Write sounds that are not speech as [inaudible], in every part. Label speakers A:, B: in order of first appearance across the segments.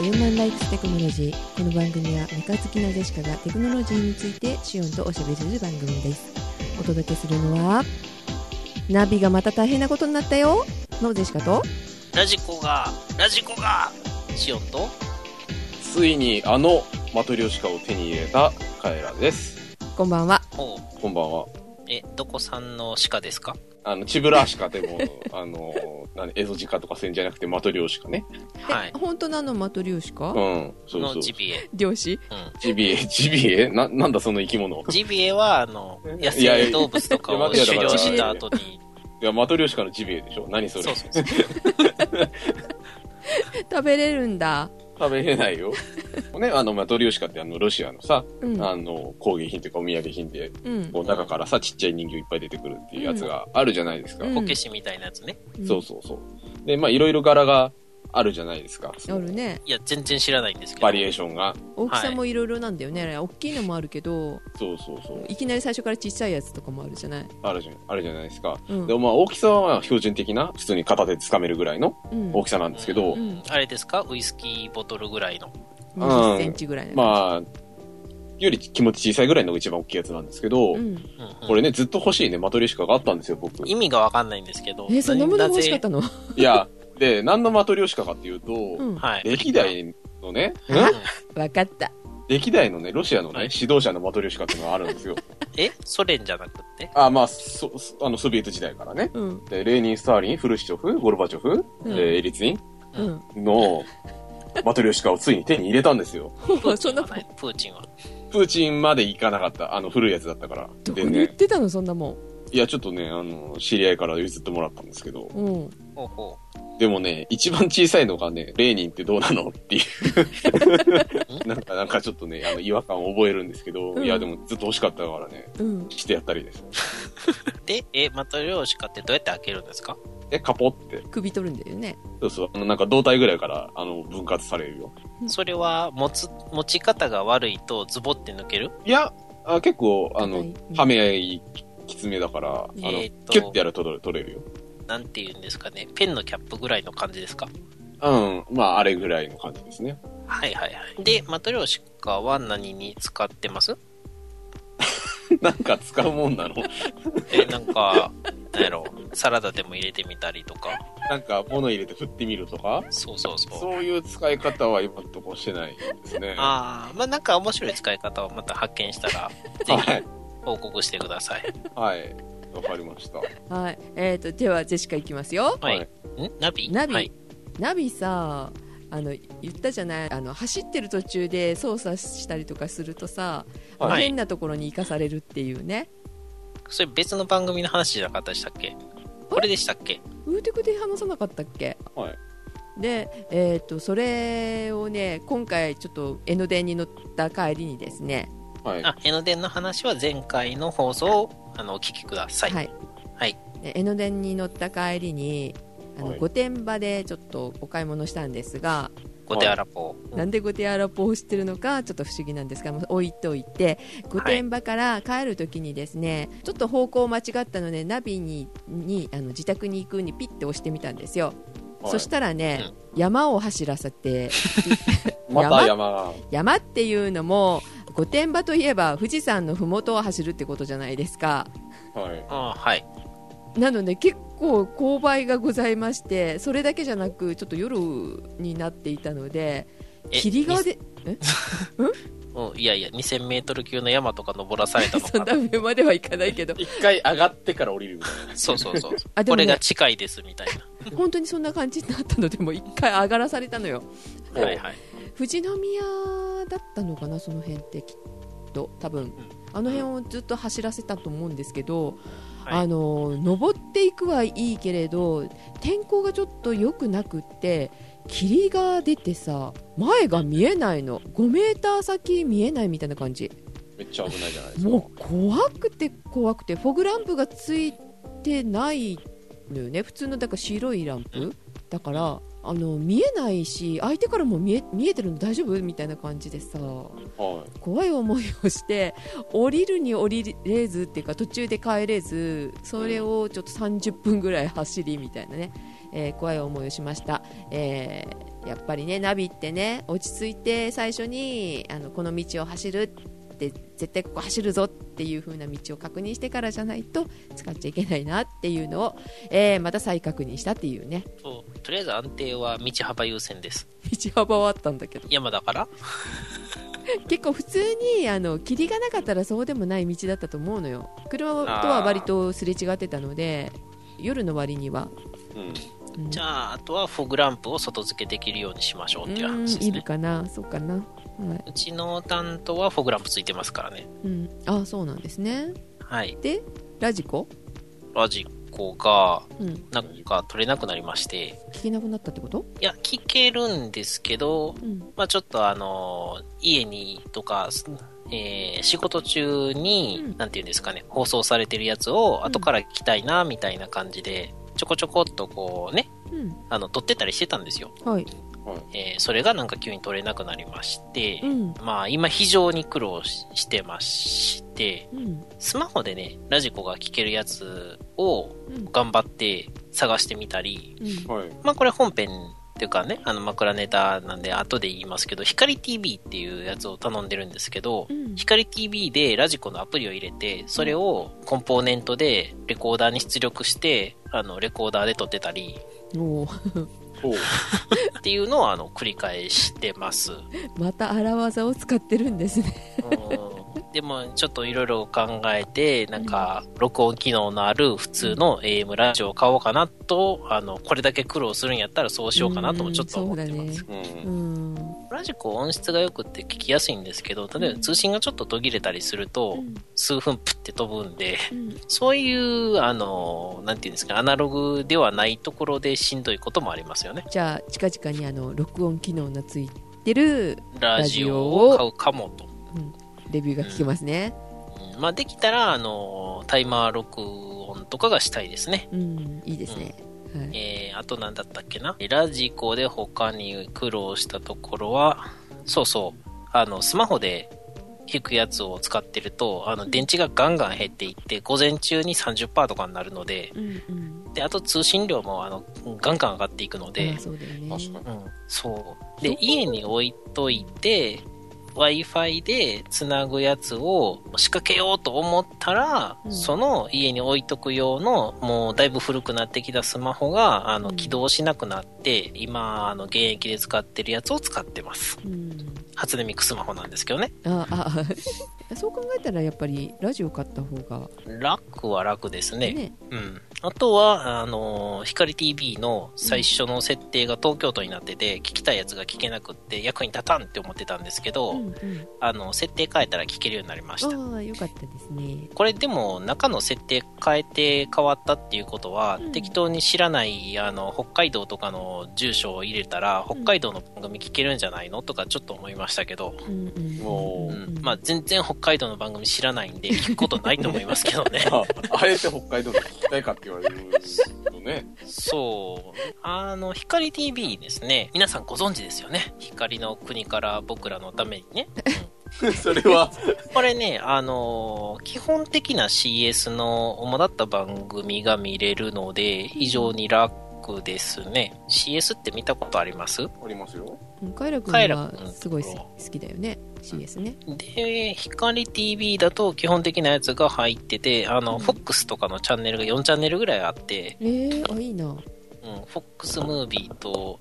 A: ウーマンライツテクノロジーこの番組はメカ好きなジェシカがテクノロジーについてシオンとおしゃべりする番組ですお届けするのはナビがまた大変なことになったよのジェシカと
B: ラジコが、ラジコが、シオンと、
C: ついにあのマトリョーシカを手に入れたカエラです。
A: こんばんは
B: おう
C: こんばんは。
B: え、どこさんの鹿ですか
C: あの、チブラーシカでも、あの、何、エゾジカとかせんじゃなくてマトリョーシカね。
B: はい
A: え。本当なのマトリューシカ、
C: うん、そうそ
B: の
C: う。
B: ジビエ。
A: 漁師
B: う
C: ジビエ、ジビエな、なんだその生き物。
B: ん。ジビエは、あの、野
C: いやい
B: 生
C: や
B: 動物とかを
C: いや
A: 待
B: 狩
A: って
B: 猟した後に、
C: いや、マトリョーシカのジビエでしょ何そ
B: そ
C: れ
B: うそうそう。
A: 食べれるんだ
C: 食べれないよ。ね、あの、マトリョーシカってあの、ロシアのさ、
A: うん
C: あの、工芸品というかお土産品で、
A: うん
C: こう中からさ、ちっちゃい人形いっぱい出てくるっていうやつがあるじゃないですか。
A: うん
B: こけしみたいなやつね。
C: そうそうそう。で、まあ、いろいろ柄があるじゃないですか。
A: あるね
B: いや、全然知らないんですけど。
C: バリエーションが。
A: 大きさもいろいろなんだよね、あれ大きいのもあるけど
C: そうそうそう。
A: いきなり最初からちっちゃいやつとかもあるじゃない、
C: あるじゃん、あるじゃないですか。
A: うん
C: でもまあ大きさはまあ標準的な、普通に片手で掴めるぐらいの
A: うん、
C: 大きさなんですけど、
A: うん
B: あれですかウイスキーボトルぐらいの。
A: 20センチぐらいの、
C: まあ、より気持ち小さいぐらいのが一番大きいやつなんですけど、
A: うん、
B: うんうん
C: これね、ずっと欲しいね、マトリョーシカがあったんですよ、僕。
B: 意
C: い
B: 味がわかんないんですけど。
A: えそんなものが欲しかっ
B: ぜ
A: たの、
C: や、で、何のマトリョーシカかっていうと、
A: うん、
B: はい。
C: 歴代のね、
B: うん
C: ん
A: わかった
C: 歴代のね、ロシアの
B: は
C: ね
B: い、
C: 指導者のマトリョーシカっていうのがあるんですよ。
B: えソ連じゃなくって
C: あ、まあ、そ、そあの、ソビエト時代からね。
A: うん
C: で、レーニン、スターリン、フルシチョフ、ゴルバチョフ、
A: う
C: え
A: ん
C: ーエリツィ
A: うん
C: ンの、マトリョーシカをついに手に入れたんですよ。
A: [laughs] そんな
B: プーチンはないプーチンは。
C: プーチンまで行かなかった。あの、古いやつだったから。
A: どこ
C: で
A: に売っ
C: ね、
A: てたのそんなも
C: いや、ちょっとね、あの、知り合いから譲ってもらったんですけ
A: ん、
C: ど、
A: うん、
B: ほうほ
C: でもね、一番小さいのがね、レーニンってどうなのっ
A: [laughs]
C: ていう。なんか、なんかちょっとね、あの、違和感を覚えるんですけど、
A: うん
C: いや、でもずっと欲しかったからね、
A: うん、
C: してやったりです。
B: う。で、え、マトリョーシカってどうやって開けるんですか
C: で、カポって。
A: 首取るんだよね
C: そうそう、あの、なんか胴体ぐらいから、あの、分割されるよ。
B: それは、持つ、持ち方が悪いとズボって抜ける
C: いや、あ結構、あの
A: 硬い、
C: はめ合い、きつめだから、あの、
B: えーっと
C: キュッてやると取れ取れるよ。
B: なんて言うんですかね、ペンのキャップぐらいの感じですか。
C: うん、まあ、あれぐらいの感じですね。 [laughs]
B: はいはいはい。で、マトリョーシカは何に使ってます
C: なんか使うもんなの
B: え、なん [laughs] か、なんやろ、サラダでも入れてみたりとか。
C: なんか物入れて振ってみるとか
B: そうそうそう。
C: そういう使い方は今のとこしてないですね。は
B: ああ、まあなんか面白い使い方をまた発見した [laughs] ら、ぜひ
C: い。
B: 報告してください。
C: はい。わかりました。
A: はいえー、とではジェシカいきますよ
B: はい。
C: はい
B: んナビ
A: ナビ、
B: はい。
A: ナビさあの言ったじゃないあの走ってる途中で操作したりとかするとさ、
B: はい
A: 変なところに行かされるっていうね
B: それ別の番組の話じゃなかったでしたっけこれでしたっけ
A: ウーテクで話さなかったっけ
C: はい。
A: で、えー、とそれをね今回ちょっと江ノ電に乗った帰りにですね、
C: はい。
B: あ、江ノ電の話は前回の放送を、あの、お聞きください。
A: はい
B: はい
A: で江ノ電に乗った帰りにあの、
C: はい
A: 御殿場でちょっとお買い物したんですが、
B: ごてあらぽう。
A: なんで御殿ラポを知ってるのかちょっと不思議なんですがもう置いといて御殿場から帰るときにですね、ちょっと方向を間違ったのでナビににあの自宅に行くにピッて押してみたんですよ、
C: はい
A: そしたらね、山を走らせて [laughs]
C: また山が。
A: 山っていうのも御殿場といえば富士山の麓を走るってことじゃないですか
C: はい。
B: あーはい。
A: なので結構勾配がございましてそれだけじゃなくちょっと夜になっていたので
B: え
A: 霧がで
B: うん、いやいや、2000メートル級の山とか登らされたの
A: そん
B: か
A: な
B: な。
A: 上まではいかないけど
C: 一回上がってから降りるみたい
B: そうそうそう。
A: [laughs] あで
B: こ
A: も、
B: れ
A: ね
B: が、 [laughs] 近いですみたい
A: 本当にそんな感じになったのでもう一回上がらされたのよ
B: な。はいはい。
A: 富士宮だったのかなその辺ってきっと多分、あの辺をずっと走らせたと思うんですけど、
B: はい
A: あの登っていくはいいけれど天候がちょっと良くなくって霧が出てさ前が見えないの5メーター先見えないみたいな感じ
C: めっちゃ危ないじゃないですか。
A: もう怖くて怖くてフォグランプがついてないのよね普通のだから白いラン
B: う
A: プだからあの見えないし相手からも見え見えてるの大丈夫みたいな感じでさ
C: は
A: 怖い思いをして降りるに降りれずっていうか途中で帰れずそれをちょっと30分ぐらい走りみたいなね、えー怖い思いをしました、えーやっぱりねナビってね落ち着いて最初にあのこの道を走るって絶対ここ走るぞっていう風な道を確認してからじゃないと使っちゃいけないなっていうのを、えーまた再確認したっていうね
B: そうとりあえず安定は道幅優先です
A: 道幅はあったんだけど
B: 山だから
A: 結構普通にあの霧がなかったらそうでもない道だったと思うのよ車とは割とすれ違ってたので夜の割には、
C: うん。
A: うん
B: じゃああとはフォグランプを外付けできるようにしましょうっていう
A: うん
B: 話
A: い
B: です
A: る
B: ね
A: かなそうかな、はいう
B: ちの担当はフォグランプついてますからね
A: うん、あそうなんですね
B: はい
A: でラジコ、
B: ラジコが
A: うん、
B: なんか取れなくなりまして
A: 聞けなくなったってこと、
B: いや聞けるんですけど
A: うん
B: まあちょっとあの家にとか、えー仕事中に、
A: うん
B: なんていうんですかね放送されてるやつを後から聞きたいなみたいな感じで、ちょこちょこっとこうね
A: うん、
B: あの撮ってたりしてたんですよ、
A: はい、
B: えーそれがなんか急に撮れなくなりまして、
A: うん
B: まあ今非常に苦労ししてまして
A: うん
B: スマホでねラジコが聞けるやつを
A: うん
B: 頑張って探してみたり
A: うん
C: はい。
B: まあこれ本編っていうかねあの枕ネタなんで後で言いますけど光 TV っていうやつを頼んでるんですけど
A: うん
B: 光 TV でラジコのアプリを入れてそれをコンポーネントでレコーダーに出力してあのレコーダーで撮ってたり
A: おー
C: ほう。
B: っていうのをあの繰り返して
A: [laughs]
B: ます
A: また荒技を使ってるんです
B: [laughs]
A: ね
B: うんでもちょっといろいろ考えてなんか録音機能のある普通の AM ラジオを買おうかなとあのこれだけ苦労するんやったらそうしようかなともちょっと思ってます、
A: うんそう
C: う。
A: だねうんん
B: ラジコ音質が良くって聞きやすいんですけど例えば通信がちょっと途切れたりすると
A: うん
B: 数分プッて飛ぶんで
A: うん
B: そういうあのなんていうんですかアナログではないところでしんどいこともありますよね
A: じゃあ近々にあの録音機能のついてる
B: ラジ
A: ラジオ
B: オ
A: を
B: を買うかもと
A: レビューが聞けますね、
B: うんまあできたらあのタイマー録音とかがしたいですね
A: うん、いいですね。はい。
B: えー、あと何だったっけなラジコで他に苦労したところは、そうそう、あの、スマホで弾くやつを使ってると、あの、電池がガンガン減っていって、午前中に30%とかになるので、
A: うんうん。
B: で、あと通信量も、あの、ガンガン上がっていくの
A: ま
B: で
A: あ、そうだよね。
C: 確かに。
B: うん、そう。で、家に置いといて、Wi-Fi でつなぐやつを仕掛けようと思ったら、
A: うん
B: その家に置いとく用のもうだいぶ古くなってきたスマホがあ
A: う
B: の
A: ん
B: 起動しなくなって、今あの現役で使ってるやつを使ってます
A: うん。
B: 初音ミクスマホなんですけどね
A: あああ、 [laughs] そう考えたらやっぱりラジオ買った方が
B: 楽は楽ですね
A: ね。
B: うん、あとはあのー光 TV の最初の設定が東京都になってて、聞きたいやつが聞けなくって役に立たんって思ってたんですけど、
A: うんうん。
B: あの設定変えたら聞けるようになりました
A: ああ、よかったですね。
B: これでも中の設定変えて変わったっていうことは、
A: うん
B: 適当に知らないあの北海道とかの住所を入れたら
A: うん
B: 北海道の番組聞けるんじゃないのとかちょっと思いましたけど、
A: うんうん。
C: もう
B: うんまあ、全然北海道の番組知らないんで聞くことないと思いますけ
A: [laughs]
B: どね
C: あ、あえて北海道で聞きたいかって言われるとね。 [laughs]
B: そうあの光 TV ですね皆さんご存知ですよね光の国から僕らのためにね、うん
C: それは、
B: これね、あのー基本的な CS の主だった番組が見れるので、非常に楽ですね。CS って見たことあります
C: ありますよ。
A: うん、カイラ君
B: カイラ君
A: はすごい好き好きだよね。CS ね。
B: で、光 TV だと基本的なやつが入ってて、あ
A: うん
B: の、FOX とかのチャンネルが4チャンネルぐらいあって、
A: ええあいいな。うん。
B: うん、FOX ムービーと、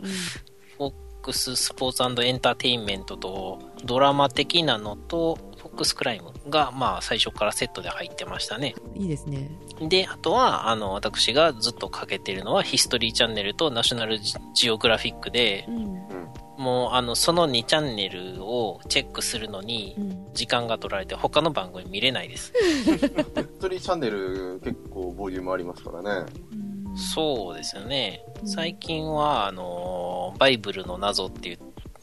B: FOX スポーツエンターテインメントと、ドラマ的なのと、FOX クライムが、まあ、最初からセットで入ってましたね。
A: いいですね。
B: で、あとは、あの、私がずっとかけてるのは、ヒストリーチャンネルとナショナルジジオグラフィックで
A: う、ん
B: もう、あの、その2チャンネルをチェックするのに
A: う、ん。
B: 時間が取られて、他の番組見れないです。
C: 釣りチャンネル結構ボリュームありますからね。
A: うん
B: そうですよね。
A: うん
B: 最近は、あの、バイブルの謎っていう、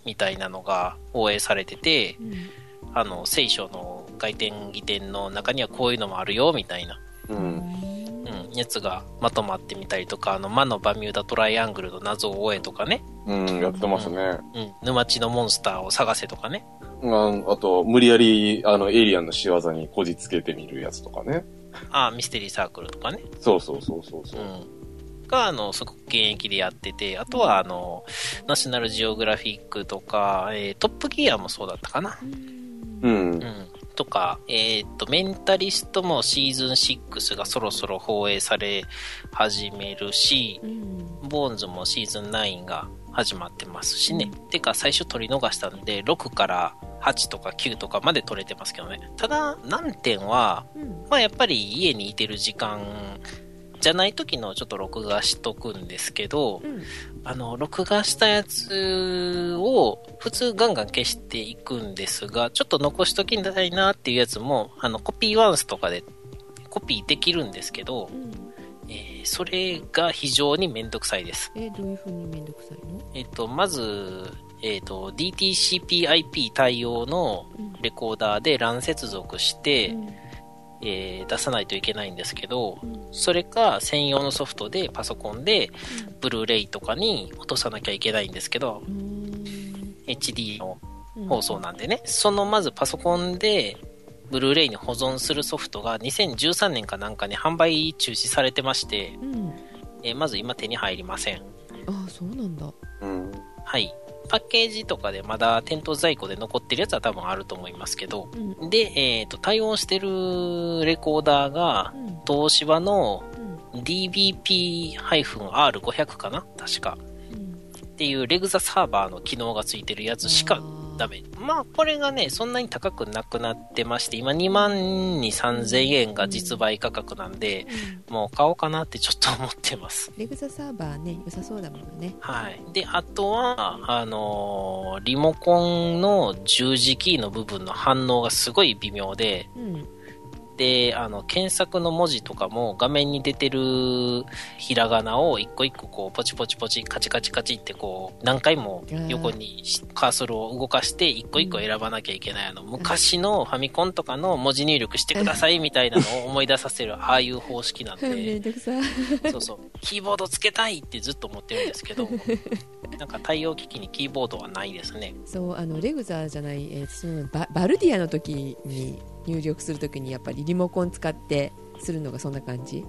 B: みたいなのが放映されてて、
A: うん
B: あの、聖書の外典義典の中にはこういうのもあるよ、みたいな。
C: う。
A: うんん。
B: うん、やつがまとまってみたりとか、あの、魔のバミューダトライアングルの謎を追えとかね。
C: うん、やってますね。
B: うん、沼地のモンスターを探せとかね。
C: うん、あと、無理やり、あの、エイリアンの仕業にこじつけてみるやつとかね。
B: ああ、ミステリーサークルとかね。
C: そうそうそうそうそうう。
B: ん。が、あの、すごく現役でやってて、あとは、あの、ナショナルジオグラフィックとか、えートップギアもそうだったかな。
C: う。
B: うんん。とか、えーっと、メンタリストもシーズン6がそろそろ放映され始めるし、ボーンズもシーズン9が始まってますしね。てか、最初取り逃したんで、6から8とか9とかまで取れてますけどね。ただ、難点は、まあやっぱり家にいてる時間じゃない時のちょっと録画しとくんですけど、あの、録画したやつを普通ガンガン消していくんですが、ちょっと残しときたいなっていうやつも、あの、コピーワンスとかでコピーできるんですけど、えーそれが非常にめんどくさいです。
A: えどういうふうにめんどくさいの
B: えっと、まず、えっと、DTCPIP 対応のレコーダーで LAN 接続して、えー出さないといけないんですけど、それか専用のソフトでパソコンでブルーレイとかに落とさなきゃいけないんですけど HD の放送なんでねそのまずパソコンでブルーレイに保存するソフトが2013年かなんかに販売中止されてまして、
A: うん
B: えーまず今手に入りません
A: あそうなんだ
C: うん。
B: はいパッケージとかでまだ店頭在庫で残ってるやつは多分あると思いますけど
A: うん
B: で、えっと対応してるレコーダーが
A: うん
B: 東芝の
A: うん
B: DBP-R500 かな確か。
A: うん
B: っていうレグザサーバーの機能がついてるやつしかダメ。まあ、これがね、そんなに高くなくなってまして、今2万2、3000円が実売価格なんで、
A: うん
B: もう買おうかなってちょっと思ってます。
A: レグザサーバーね良さそうだもんね
B: はい。で、あとは、あのーリモコンの十字キーの部分の反応がすごい微妙で、
A: うん
B: で、あの、検索の文字とかも画面に出てるひらがなを一個一個こう、ポチポチポチ、カチカチカチってこう、何回も横にしカーソルを動かして一個一個選ばなきゃいけない、あの、昔のファミコンとかの文字入力してくださいみたいなのを思い出させる、ああいう方式なん
A: [laughs] め
B: で
A: ん、どく [laughs] さい
B: そうそう、キーボードつけたいってずっと思ってるんです
A: [laughs]
B: けど、なんか対応機器にキーボードはないですね。
A: そうあのレグザじゃない、えーそのババルディアの時に入力する時にやっぱりリモコン使ってするのがそんな感じ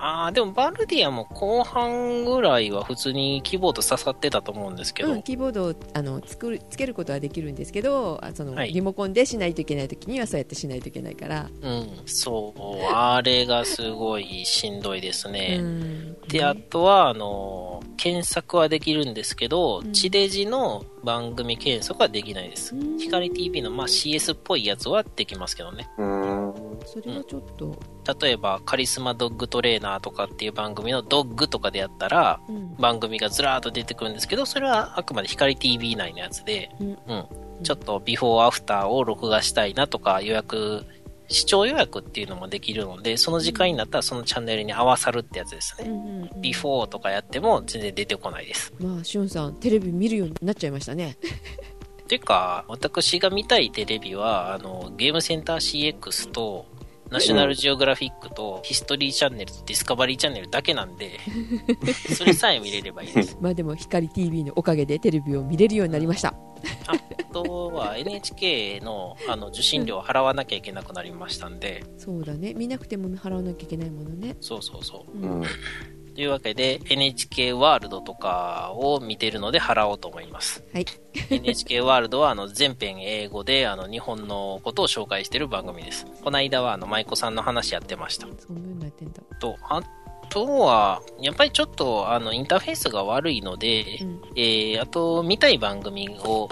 B: ああ、でもバルディアも後半ぐらいは普通にキーボード刺さってたと思うんですけど、
A: うん、キーボードをあのつくるつけることはできるんですけどあその、
B: はい
A: リモコンでしないといけない時にはそうやってしないといけないから、
B: うん、そう、あれがすごいしんどいですね。
A: うん
B: で、あとは、あの、検索はできるんですけど、
A: うん
B: 地デジの番組検索はできないです。
A: うん
B: 光 TV の、まあ、CS っぽいやつはできますけどね。
C: うん。
A: それはちょっと、
B: 例えば、カリスマドッグトレーナーとかっていう番組のドッグとかでやったら、
A: うん
B: 番組がずらーっと出てくるんですけど、それはあくまで光 TV 内のやつで、
A: う
B: うんん、ちょっとビフォーアフターを録画したいなとか予約、視聴予約っていうのもできるので、その時間になったらそのチャンネルに合わさるってやつです
A: う
B: ね。
A: んうんうん
B: ビフォーとかやっても全然出てこないです。
A: まあしゅんさんテレビ見るようになっちゃいましたね [laughs]
B: ていうか、私が見たいテレビは、あの、ゲームセンター CX と、ナショナルジオグラフィックと、ヒストリーチャンネルとディスカバリーチャンネルだけなんで、それさえ見れればいいです。
A: まあでも光 TV のおかげでテレビを見れるようになりました
B: あとは NHK のあの受信料を払わなきゃいけなくなりましたんで、
A: そうだね見なくても払わなきゃいけないものね
B: そうそうそうう。
A: ん
B: というわけで NHK ワールドとかを見てるので払おうと思
A: [laughs]
B: います。
A: はい
B: NHK ワールドはあの全編英語であの日本のことを紹介してる番組です。この間はあの舞妓さんの話やってました。
A: そんなになってんだ
B: と、あとは、やっぱりちょっとあのインターフェースが悪いので、
A: うん
B: えーあと見たい番組を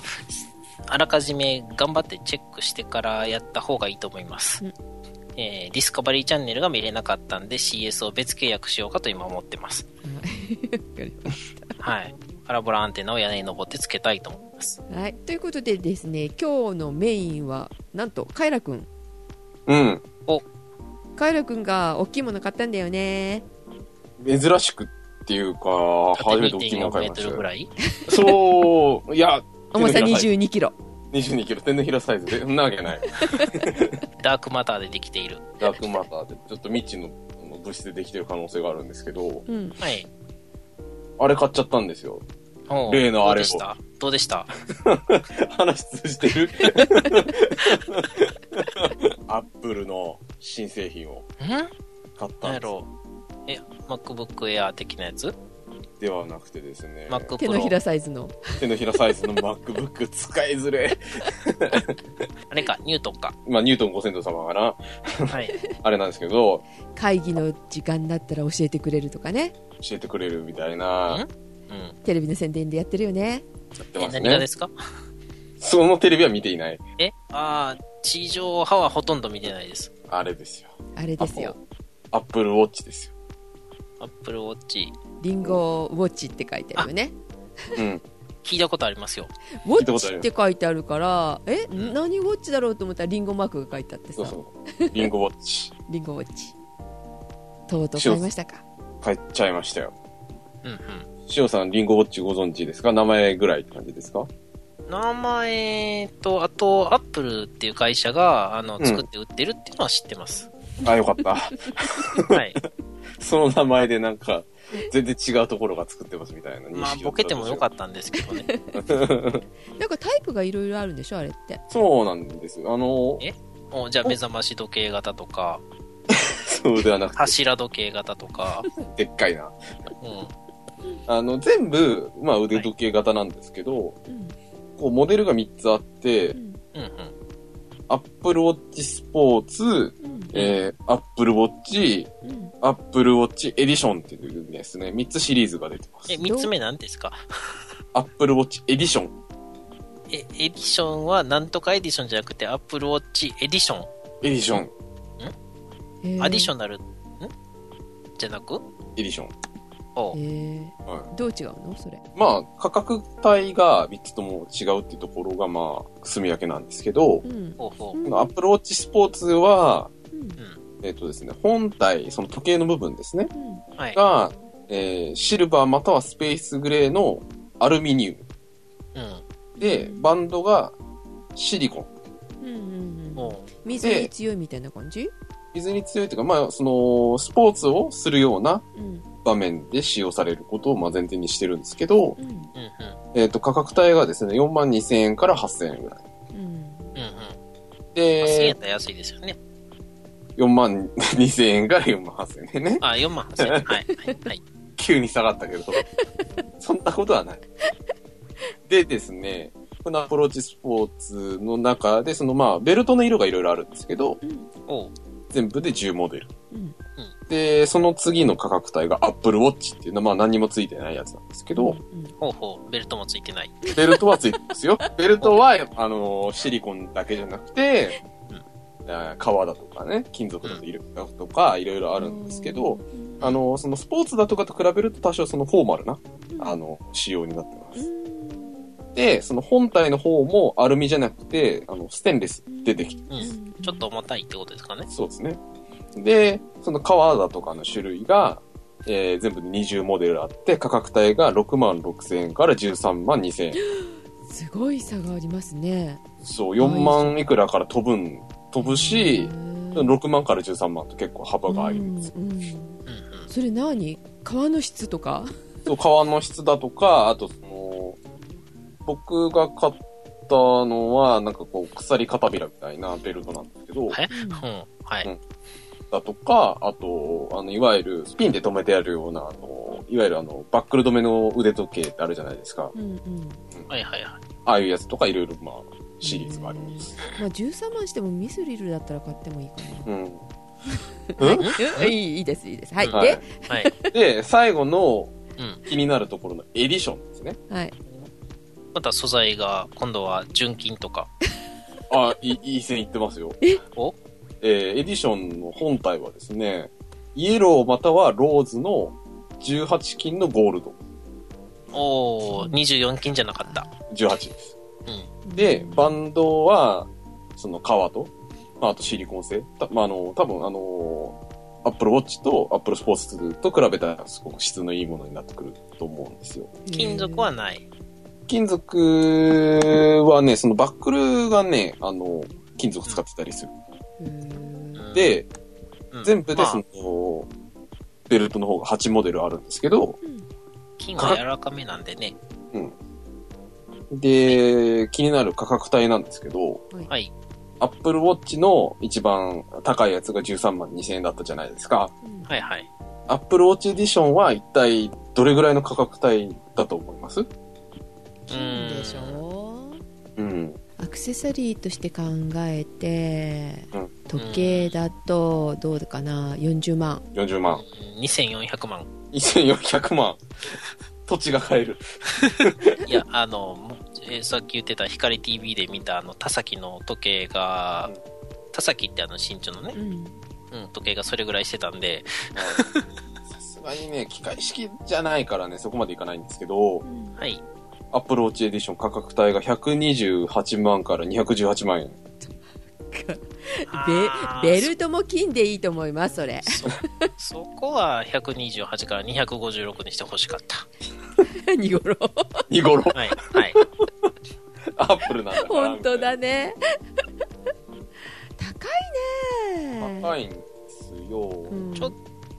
B: あらかじめ頑張ってチェックしてからやった方がいいと思います、
A: うん
B: えーディスカバリーチャンネルが見れなかったんで CS を別契約しようかと今思ってます
A: [laughs] はい
B: はいパラボラアンテナを屋根に登ってつけたいと思います
A: はい、ということでですね今日のメインはなんとカイラくん
C: うん。
A: カイラくんが大きいもの買ったんだよね
C: 珍しくっていうか、初めて大きいの
B: 2.4
C: 買
B: メー
C: いま
B: ト
C: し
B: ルぐ
C: た。
B: らい
C: そう、いや、
A: 重さ
C: 手の
A: 2
C: ひらサイズ
A: 2キロ
C: 22キロ、手のひらサイズで、そんなわけない。
B: ダークマターでできている
C: ダークマターで、ちょっと未知のあの物質でできてる可能性があるんですけど、
A: うん
B: はい
C: あれ買っちゃったんですよ。
B: おう
C: 例のあ
B: どう
C: れ
B: で
C: を
B: したどうでした
C: 話通じてるアップルの新製品を
B: ん
C: 買った
B: 何
C: ん
B: や
C: です。
B: ろうえ、MacBook Air 的なやつ
C: ではなくてですね、
B: ?Mac
A: 手のひら
B: Pro。
A: サイズの
C: 手のひらサイズの MacBook 使いづれ。 [laughs]
B: あれか、ニュートンか。
C: まあ、ニュートンご先祖様かな。
B: はい。
C: あれなんですけど、
A: 会議の時間になったら教えてくれるとかね
C: 教えてくれるみたい
B: う
C: な、 [laughs]
B: ん。
A: テレビの宣伝でやってるよね
C: やって
B: え
C: ます
B: 何が
C: ね
B: で。すか
C: そのテレビは見ていない。
B: え、ああ、地上派はほとんど見てないです。
C: あれですよ。
A: あれですよ
C: Apple Watch ですよ。
B: Apple Watch。
A: リンゴウォッチって書いてあるよね
C: うん。
B: 聞いたことありますよ。
A: ウォ
C: いた
A: ッ
C: ことあ
A: チ
C: る
A: って書いてあるからえ
B: ん
A: 何ウォッチだろうと思ったらリンゴマークが書いてあってさ
C: そうそう。リンゴウォッチ。
A: リンゴウォッチとうとう買いましたか
C: 買っちゃいましたよ。
B: うんうん。
C: しおさん、リンゴウォッチご存知ですか名前ぐらいって感じですか
B: 名前と、あと、アップルっていう会社が、あの、
C: うん
B: 作って売ってるっていうのは知ってます。
C: あ、よかっ
B: [laughs]
C: た。
B: はい。
C: その名前でなんか、全然違うところが作ってますみたいな認識
B: まあ、ボケてもよか
C: っ
B: ったんですけどね。
C: た。
A: なんかタイプがいろいろあるんでしょあれって
C: そうなんです。あの、
B: えおじゃあ、目覚まし時計型とか、
C: そうではなく
B: 柱時計型とか、
C: て、でっかいな。
B: うん。
C: あの、全部、まあ腕時計型なんですけど、
A: うん
C: こうモデルが3つあっ
A: う
C: て、
A: ん
B: うんうん。
C: Apple Watch スポーツ、
A: うん
C: えー、Apple Watch、
A: うん、
C: Apple Watch エディションっていうですね、3つシリーズが出てま
B: え、
C: す。
B: 三つ目何ですか
C: Apple Watch エディション。
B: え、エディションは、なんとかエディションじゃなくて、アップルウォッチエディショ
C: エディション。
A: え
B: ン。アディショ
A: ン
B: ナル、んじゃなく
C: エディション。
B: おう
A: えー
C: はい。
A: どう違うのそれ
C: まあ、価格帯が3つとも違うっていうところが、まあ、住み分けなんですけど、
A: うん
B: ほうほ
A: う
B: う。
A: ん
C: アップローチスポーツは、
A: うん
C: えっ、とですね、本体、その時計の部分ですね、
A: うん
B: はい。
C: が、えーシルバーまたはスペースグレーのアルミニウ
B: うん。
C: ム。で、バンドがシリコン。
A: うんうんうん
B: おう。
A: 水に強いみたいな感じ
C: 水に強いというか、まあ、その、スポーツをするような
A: うん
C: 場面で使用されることをまあ前提にしてるんですけど
A: う、ん
B: うんうん。
C: えっ、と、価格帯がですね、4万2000円から8000円ぐらい。
A: うん
B: うんうん。1000円
C: で
B: っ、て安いですよね。
C: 4万2000円から4万8000円ね。 [laughs]
B: あ、4万8000円。はい。 [laughs] はい。はい。
C: 急に下がったけど、 [laughs] そんなことはない。でですね、このアプローチスポーツの中で、そのまあ、ベルトの色がいろいろあるんですけど、
A: うん
B: おう。
C: 全部で10モデル。
A: うん
C: で、その次の価格帯が Apple Watch っていうのは、まあ何にもついてないやつなんですけど、
A: う
B: ほうほう。ベルトもついてない。
C: ベルトはついてますよ。ベルトは、あの、シリコンだけじゃなくて、あー革だとかね、金属だと色だとか、いろいろあるんですけど、
A: うん
C: あの、そのスポーツだとかと比べると多少そのフォーマルな、
A: うん
C: あの、仕様になってま
A: う
C: す。
A: ん
C: で、その本体の方もアルミじゃなくて、あの、ステンレス出てきて、
B: うんちょっと重たいってことですかね。
C: そうですね。で、その革だとかの種類が、えー全部で20モデルあって、価格帯が6万6千円から13万2千円。
A: すごい差がありますね
C: そう、4万いくらから飛ぶん、飛ぶし
A: へ、ー
C: 6万から13万と結構幅があります。
A: うんうん
B: うんうん。
A: それ何川の質とか
C: そう革の質だとか、あとその、僕が買ったのは、なんかこう、鎖片びらみたいなベルトなんですけど、
B: えうん。は
C: うん
B: い。
C: だとか、あと、あの、いわゆる、スピンで留めてあるような、あの、いわゆるあの、バックル留めの腕時計ってあるじゃないですか。
A: うんうん
B: はいはいはい。
C: ああいうやつとかいろいろ、まあ、シリーズがあります。
A: まあ13万してもミスリルだったら買ってもいいか
C: うん。
A: なえいいいいですいいですはい
C: は
A: で
C: い。
B: [laughs] はい。
C: で、最後の
B: うん。
C: 気になるところのエディションですね。
A: はい
B: また素材が、今度は純金とか。
C: あ、いいいい線いってますよ。
B: お
C: えーエディションの本体はですね、イエローまたはローズの18金のゴールド。
B: おー、24金じゃなかった。
C: 18です。
B: うん。
C: で、バンドは、その革と、まあ、あとシリコン製。たまあ、あの、多分あの、アップルウォッチとアップルスポーツと比べたらすごく質のいいものになってくると思うんですよ。
B: 金属はない。
C: 金属はね、そのバックルがね、あの、金属使ってたりする。
A: へー
B: うん、
C: で、
B: うん
C: 全部で
B: まあ
C: その、ベルトの方が8モデルあるんですけど、
B: 金は柔らかめなんでね。
C: で、気になる価格帯なんですけど、
B: はい。
C: アップルウォッチの一番高いやつが13万2000円だったじゃないですか。
A: うん
B: はいはい。
C: Apple Watch エディションは一体どれぐらいの価格帯だと思います
A: 金でしょ
C: うん。
A: アクセサリーとして考えて
C: うん
A: 時計だとどうかな40万
C: 40万。
B: 2400万。
C: 1400万。土地が買える。
B: いや、あの、もえーさっき言ってた光 TV で見たあの、田崎の時計が
C: う、
B: 田崎ってあの、身長のね
A: う、ん
B: うん、時計がそれぐらいしてたんで、
C: [laughs] さすがにね、機械式じゃないからね、そこまでいかないんですけど、
B: はい。
C: Apple Watch エディション価格帯が128万から218万円。
B: あー
A: ベベルトも金でいいと思いますそれ [laughs]
B: そそこは128から256にしてほしかった。
A: 何頃
C: 二頃
B: はい。はい。
C: Apple なんだから。
A: [laughs] 本当だ
C: み
A: ね [laughs] 高い
C: たい
A: ね
C: な高いんですよ。
A: うん
B: ちょっ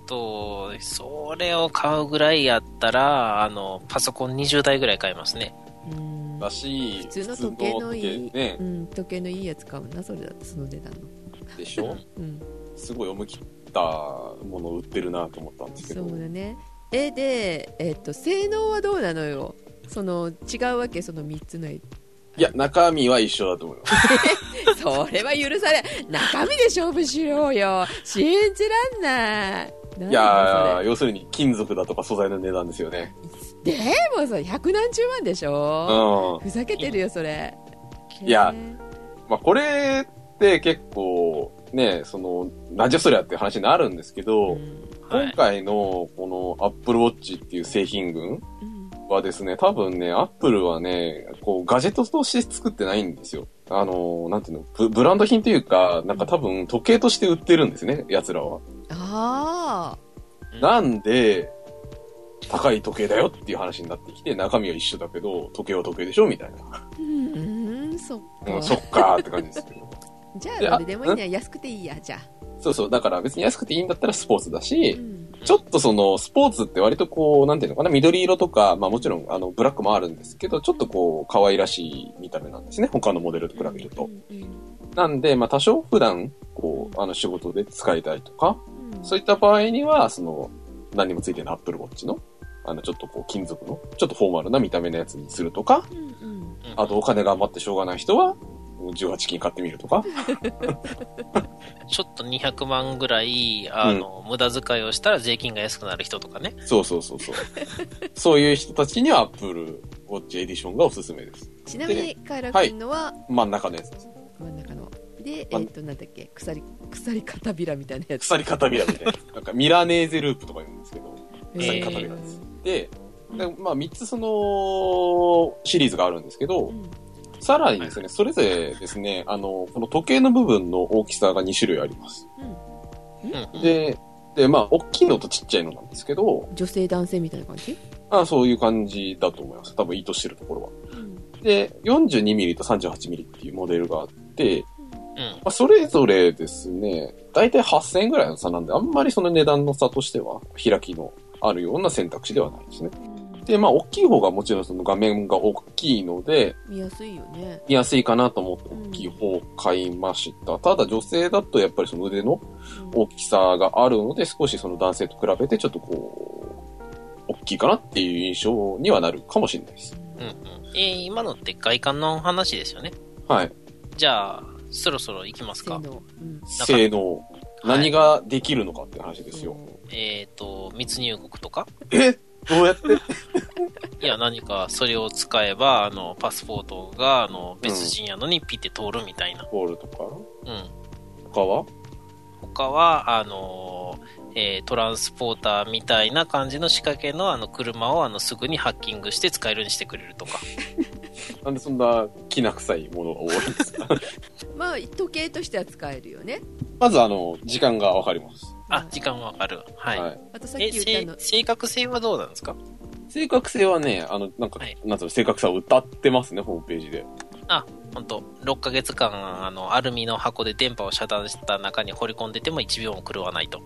B: と、それを買うぐらいやったら、あの、パソコン20台ぐらい買いますね。
A: うん
C: だし、
A: 普通の時計のいい
C: 普通の時計ね
A: う、ん、時計のいいやつ買うなそれだってその値段の
C: でしょ
A: うん
C: すごい思い切ったものを売ってるなと思ったんですけ
A: そ
C: ど。
A: うだねえで、えっと性能はどうなのよその違うわけその3つの
C: いや、中身は一緒だと思いま
A: [laughs]
C: す。
A: それは許され中身で勝負しようよ信じらんないなん
C: い
A: だ
C: やー、要するに金属だとか素材の値段ですよね。
A: それでもさ百何十万でし
C: うん。
A: ょ、ふざけてるよそれ
C: いや
A: ね
C: まあ、これって結構、ね、その、なんじゃそりゃって話になるんですけ
A: う
C: ど、
A: ん
B: は
C: 今
B: い。
C: 回のこの Apple Watch っていう製品群
A: うん
C: はですね、多分ね、Apple はね、こう、ガジェットとして作ってないんですよ。あのー、なんていうの、ブブランド品というか、なんか多分時計として売ってるんですね、奴らは。
A: あ
C: なんで、高い時計だよっていう話になってきて、中身は一緒だけど、時計は時計でしょみたいな。
A: あうんそっか、
C: うん、そっかーって感じですけど。 [laughs]
A: じゃ
C: い
A: あ
C: や
A: どれでもいいね安くていいやじゃあ、
C: そうそう、だから別に安くていいんだったらスポーツだ
A: う
C: し、
A: ん
C: ちょっとその、スポーツって割とこう、なんていうのかな、緑色とか、まあもちろん、あの、ブラックもあるんですけど、ちょっとこう、可愛らしい見た目なんですね。他のモデルと比べると。
A: うんうん
C: なんで、まあ多少普段、こう、あの、仕事で使いたいとか、
A: うん
C: そういった場合には、その、何にもついてない Apple Watch の、あの、ちょっとこう、金属の、ちょっとフォーマルな見た目のやつにするとか、
A: うんうん
B: うん
C: あとお金が余ってしょうがない人は、18金買ってみるとか。
B: ちょっと200万ぐらい、あの、無駄遣いをしたら税金が安くなる人とかね。
C: そうそうそうそう。そういう人たちには Apple Watch エディションがおすすめです。
A: ちなみにカイラ君のは
C: 真ん中のやつです。
A: 真ん中ので
C: あ
A: えっとなんだっけ鎖鎖片びらみたいなやつ
C: 鎖片びらみ
A: [laughs]
C: たいな。なんかミラネーゼループとか言うんですけど。鎖片びらです。で、でまあ3つそのシリーズがあるんですけ
A: う
C: ど、
A: ん
C: さらにですね、それぞれですね、あの、この時計の部分の大きさが2種類あります。
B: うん。うん
C: で、で、まあ、大きいのとちっちゃいのなんですけど、
A: 女性男性みたいな感じ、
C: まあ、そういう感じだと思います。多分、いいとしてるところは。で、42mm と 38mm っていうモデルがあって、
B: うん。
C: まあ、それぞれですね、だいたい8000円ぐらいの差なんで、あんまりその値段の差としては、開きのあるような選択肢ではないですね。で、まあ、大きい方がもちろんその画面が大きいので、
A: 見やすいよね
C: 見やすいかなと思って大きい方を買いました。ただ女性だとやっぱりその腕の大きさがあるので、少しその男性と比べてちょっとこう、大きいかなっていう印象にはなるかもしれないです。
B: うんうん。えー今のって外観の話ですよね。
C: はい。
B: じゃあ、そろそろ行きます
A: 性
B: か。
A: 能、うん、
C: 性能。何ができるのかって話ですよ。
B: えっ、と、密入国とか
C: えどうやって
B: いや、何かそれを使えば、あの、パスポートが、あの、別人やのにピッて通るみたいな。
C: ボールとか
B: うん。
C: 他は
B: 他は、あの、えートランスポーターみたいな感じの仕掛けの、あの、車を、あの、すぐにハッキングして使えるようにしてくれるとか。
C: なんでそんなきな臭いものが多いんですか
A: まあ時計としては使えるよね
C: [laughs] まずあの、時間がわかります。
B: あ、時間わかる。はい。
C: はい。
A: あとさっ
B: え
A: き言った
B: せ
A: の
B: 正確性はどうなんですか
C: 正確性はね、あの、なんか、
B: はい
C: なんつうの、正確さを歌ってますね、ホームページで。
B: 本当6ヶ月間、あの、アルミの箱で電波を遮断した中に掘り込んでても1秒も狂わないと。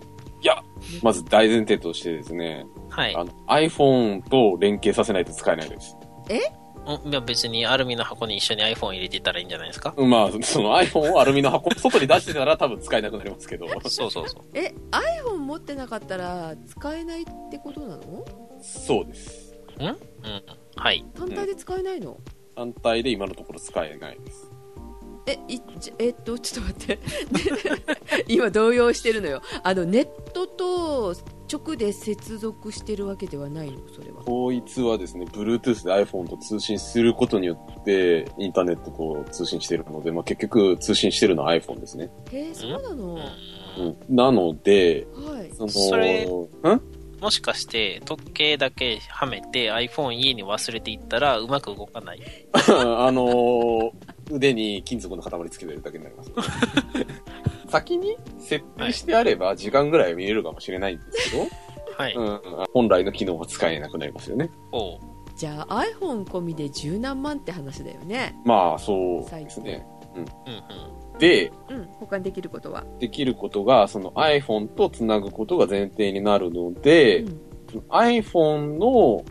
C: まず大前提としてですね、
B: はい。
C: あの、iPhone と連携させないと使えないです。
B: うんいや別にアルミの箱に一緒に iPhone 入れてたらいいんじゃないですか
C: まあ、その iPhone をアルミの箱、 [laughs] 外に出してたら多分使えなくなりますけど。
B: そうそうそう。
A: え iPhone 持ってなかったら使えないってことなの
C: そうです。
B: うん。はい。
A: 単体で使えないの、
C: 単体で今のところ使えないです。
A: えいちえっとちょっと待って [laughs] 今動揺してるのよあのネットと直で接続してるわけではないのそれは
C: こいつはですね、Bluetooth で iPhone と通信することによって、インターネットと通信してるので、まあ結局通信してるのは iPhone ですね。
A: へえそうなの、
B: う
C: うんん、なので、
A: はい
C: その、
B: それ
C: ん
B: もしかして、時計だけはめて iPhone 家に忘れていったらうまく動かない。
C: [laughs] あのー腕に金属の塊つけてるだけにな
A: [laughs]
C: ります。先に設定してあれば時間ぐらいは見れるかもしれないんですけど、
B: はい。
C: うんうん本来の機能は使えなくなりますよね。
B: おう
A: じゃあ iPhone 込みで十何万って話だよね
C: まあ、そうですね。
B: うんうん。
C: で、
A: うん保管できることは
C: できることが、その iPhone と繋ぐことが前提になるので、
A: うん
C: iPhone の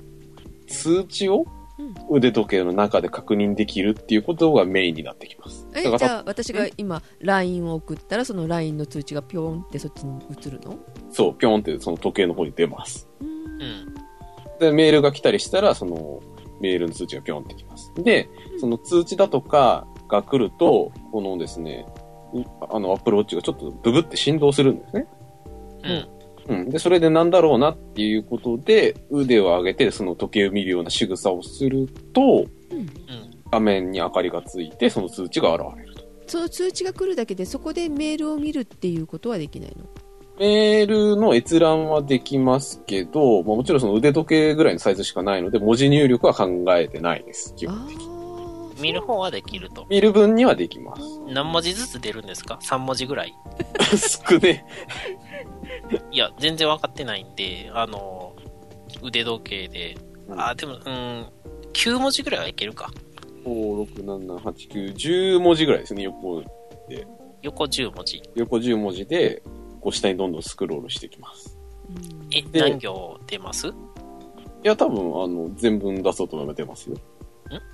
C: 通知を
A: うん
C: 腕時計の中で確認できるっていうことがメインになってきます。
A: え
C: だか
A: じ
C: ら、
A: ゃあ私が今 LINE を送ったらその LINE の通知がピョンってそっちに移るの
C: そう、ピョンってその時計の方に出ます。
A: う
B: うんん。
C: で、メールが来たりしたら、その、メールの通知がピョンってきます。で、その通知だとかが来ると、このですね、あの、Apple Watch がちょっとブブって振動するんですね。
B: うん。
C: うん。で、それでなんだろうなっていうことで、腕を上げて、その時計を見るような仕草をすると、
A: うん
B: うん。
C: 画面に明かりがついて、その通知が現れると。
A: その通知が来るだけでそこでメールを見るっていうことはできないの
C: メールの閲覧はできますけど、まあ、もちろんその腕時計ぐらいのサイズしかないので、文字入力は考えてないです。基本
A: ああ
B: 見る方はできると。
C: 見る分にはできます。
B: 何文字ずつ出るんですか ?3 文字ぐらい。
C: 少ね。
B: いや、全然分かってないんで、あの、腕時計で。あ、でも、うん、9文字ぐらいはいけるか。
C: 5、6、7、8、9、10文字ぐらいですね。横、
B: 横10文字。
C: 横10文字で、こう下にどんどんスクロールしていきます。
A: うん
B: え、
C: で
B: 何行出ますん
C: いや、多分、あの、全文出そうと思えば出ますよ。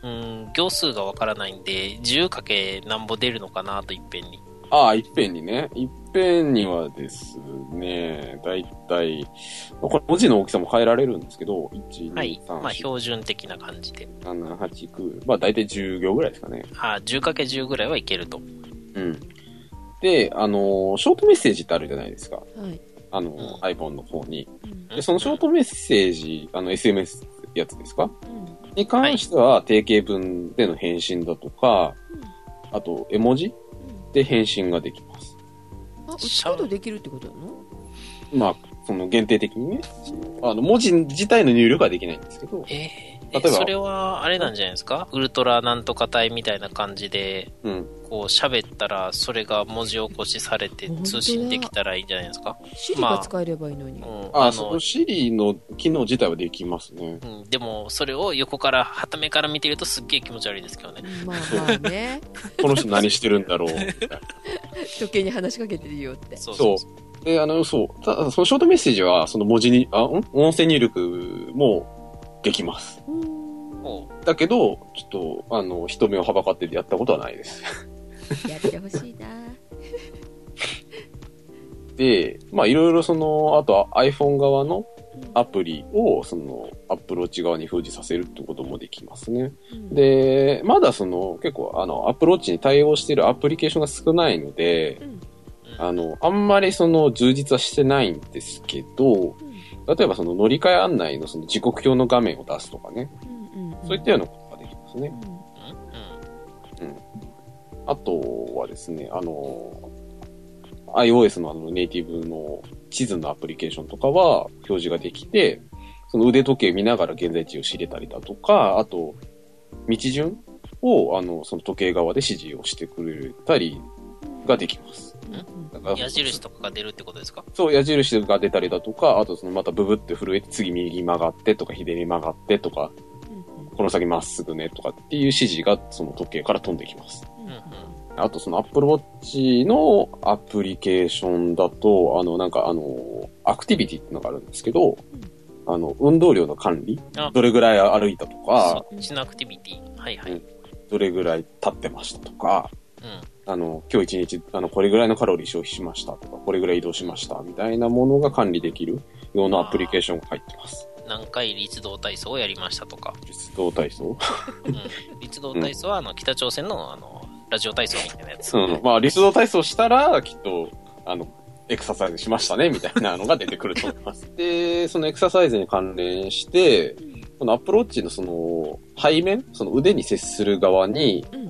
B: うん、行数がわからないんで、10かけなんぼ出るのかなといっぺんに。
C: ああ、いっぺんにね。いっぺんにはですね、だいたい、まあこれ文字の大きさも変えられるんですけど、1、
B: はい
C: 2、。3、
B: まあ、
C: 4、
B: 標準的な感じで。
C: 7、8、9、まあだいたい10行ぐらいですかね。
B: あ、10かけ10ぐらいはいけると。
C: うん。で、あのー、ショートメッセージってあるじゃないですか。
A: はい、
C: あのー、iPhone の方に。
A: うん
C: で、そのショートメッセージ、あの、SMS ってやつですか
A: うん
C: に関しては、定型文での返信だとか、あと、絵文字
A: うん
C: で返信ができます。
A: あ打ち込んできるってことなの
C: まあ、その限定的にね、あの、文字自体の入力はできないんですけど、
B: えーえ、
C: 例えば
B: それは、あれなんじゃないですかウルトラなんとか体みたいな感じで、
C: うん。
B: こう喋ったら、それが文字起こしされて
A: 本当だ
B: 通信できたらいいんじゃないですか。
A: シリが使えればいいのに、
B: うん。
C: あ、
B: の
C: その Siri の機能自体はできますね。
B: うん、でも、それを横から、はためから見てるとすっげえ気持ち悪いですけどね。
A: まあまあ
C: [laughs]
A: ね
C: この人何してるんだろう。
A: 時計に話しかけてるよって
B: そう
C: そ
B: そうう。
C: で、あの、そう。ただ、そのショートメッセージは、その文字に、あ、ん音声入力もできます。
A: うん
B: そう
C: だけど、ちょっと、あの、人目をはばかってやったことはないです。
A: やってほしいな
C: で、まあ、いろいろその、あとは iPhone 側の
A: うん
C: アプリを、その、Apple Watch 側に表示させるってこともできますね。
A: うん
C: で、まだその、結構、あの、アプローチに対応しているアプリケーションが少ないので
A: う、ん
B: うん
C: あの、あんまりその、充実はしてないんですけど、
A: うん
C: 例えばその乗り換え案内のその時刻表の画面を出すとかね、
A: うんん
C: そういったようなことができますね。
B: うん
C: あとはですね、あの、iOS のあのネイティブの地図のアプリケーションとかは表示ができて、その腕時計見ながら現在地を知れたりだとか、あと、道順を、あの、その時計側で指示をしてくれたりができます。
A: うんうん
C: だから
B: 矢印とかが出るってことですか
C: そう、矢印が出たりだとか、あとそのまたブブって震えて、次右曲がってとか、左に曲がってとか、
A: うん
C: この先まっすぐねとかっていう指示がその時計から飛んできます。
A: うん
C: あとその Apple Watch のアプリケーションだと、あのなんかあの、アクティビティってのがあるんですけど、あの、運動量の管理
B: あ、
C: どれぐらい歩いたとか、
B: そっちのアクティビティ。はいはい。
C: う
B: うん
C: ん。どれぐらい立ってましたとか、
B: うん
C: あの、今日一日、あの、これぐらいのカロリー消費しましたとか、これぐらい移動しましたみたいなものが管理できるようなアプリケーションが入ってます。
B: 何回立道体操をやりましたとか。
C: 実動体操
B: うん。立道体操は、あの、北朝鮮の、あの、ラジオ体操みたいなやつ。
C: うん。まあ、実動体操したら、きっと、あの、エクササイズしましたねみたいなのが出てくると思い [laughs] ます。で、そのエクササイズに関連して、このアプローチのその、背面、その腕に接する側に、
A: うん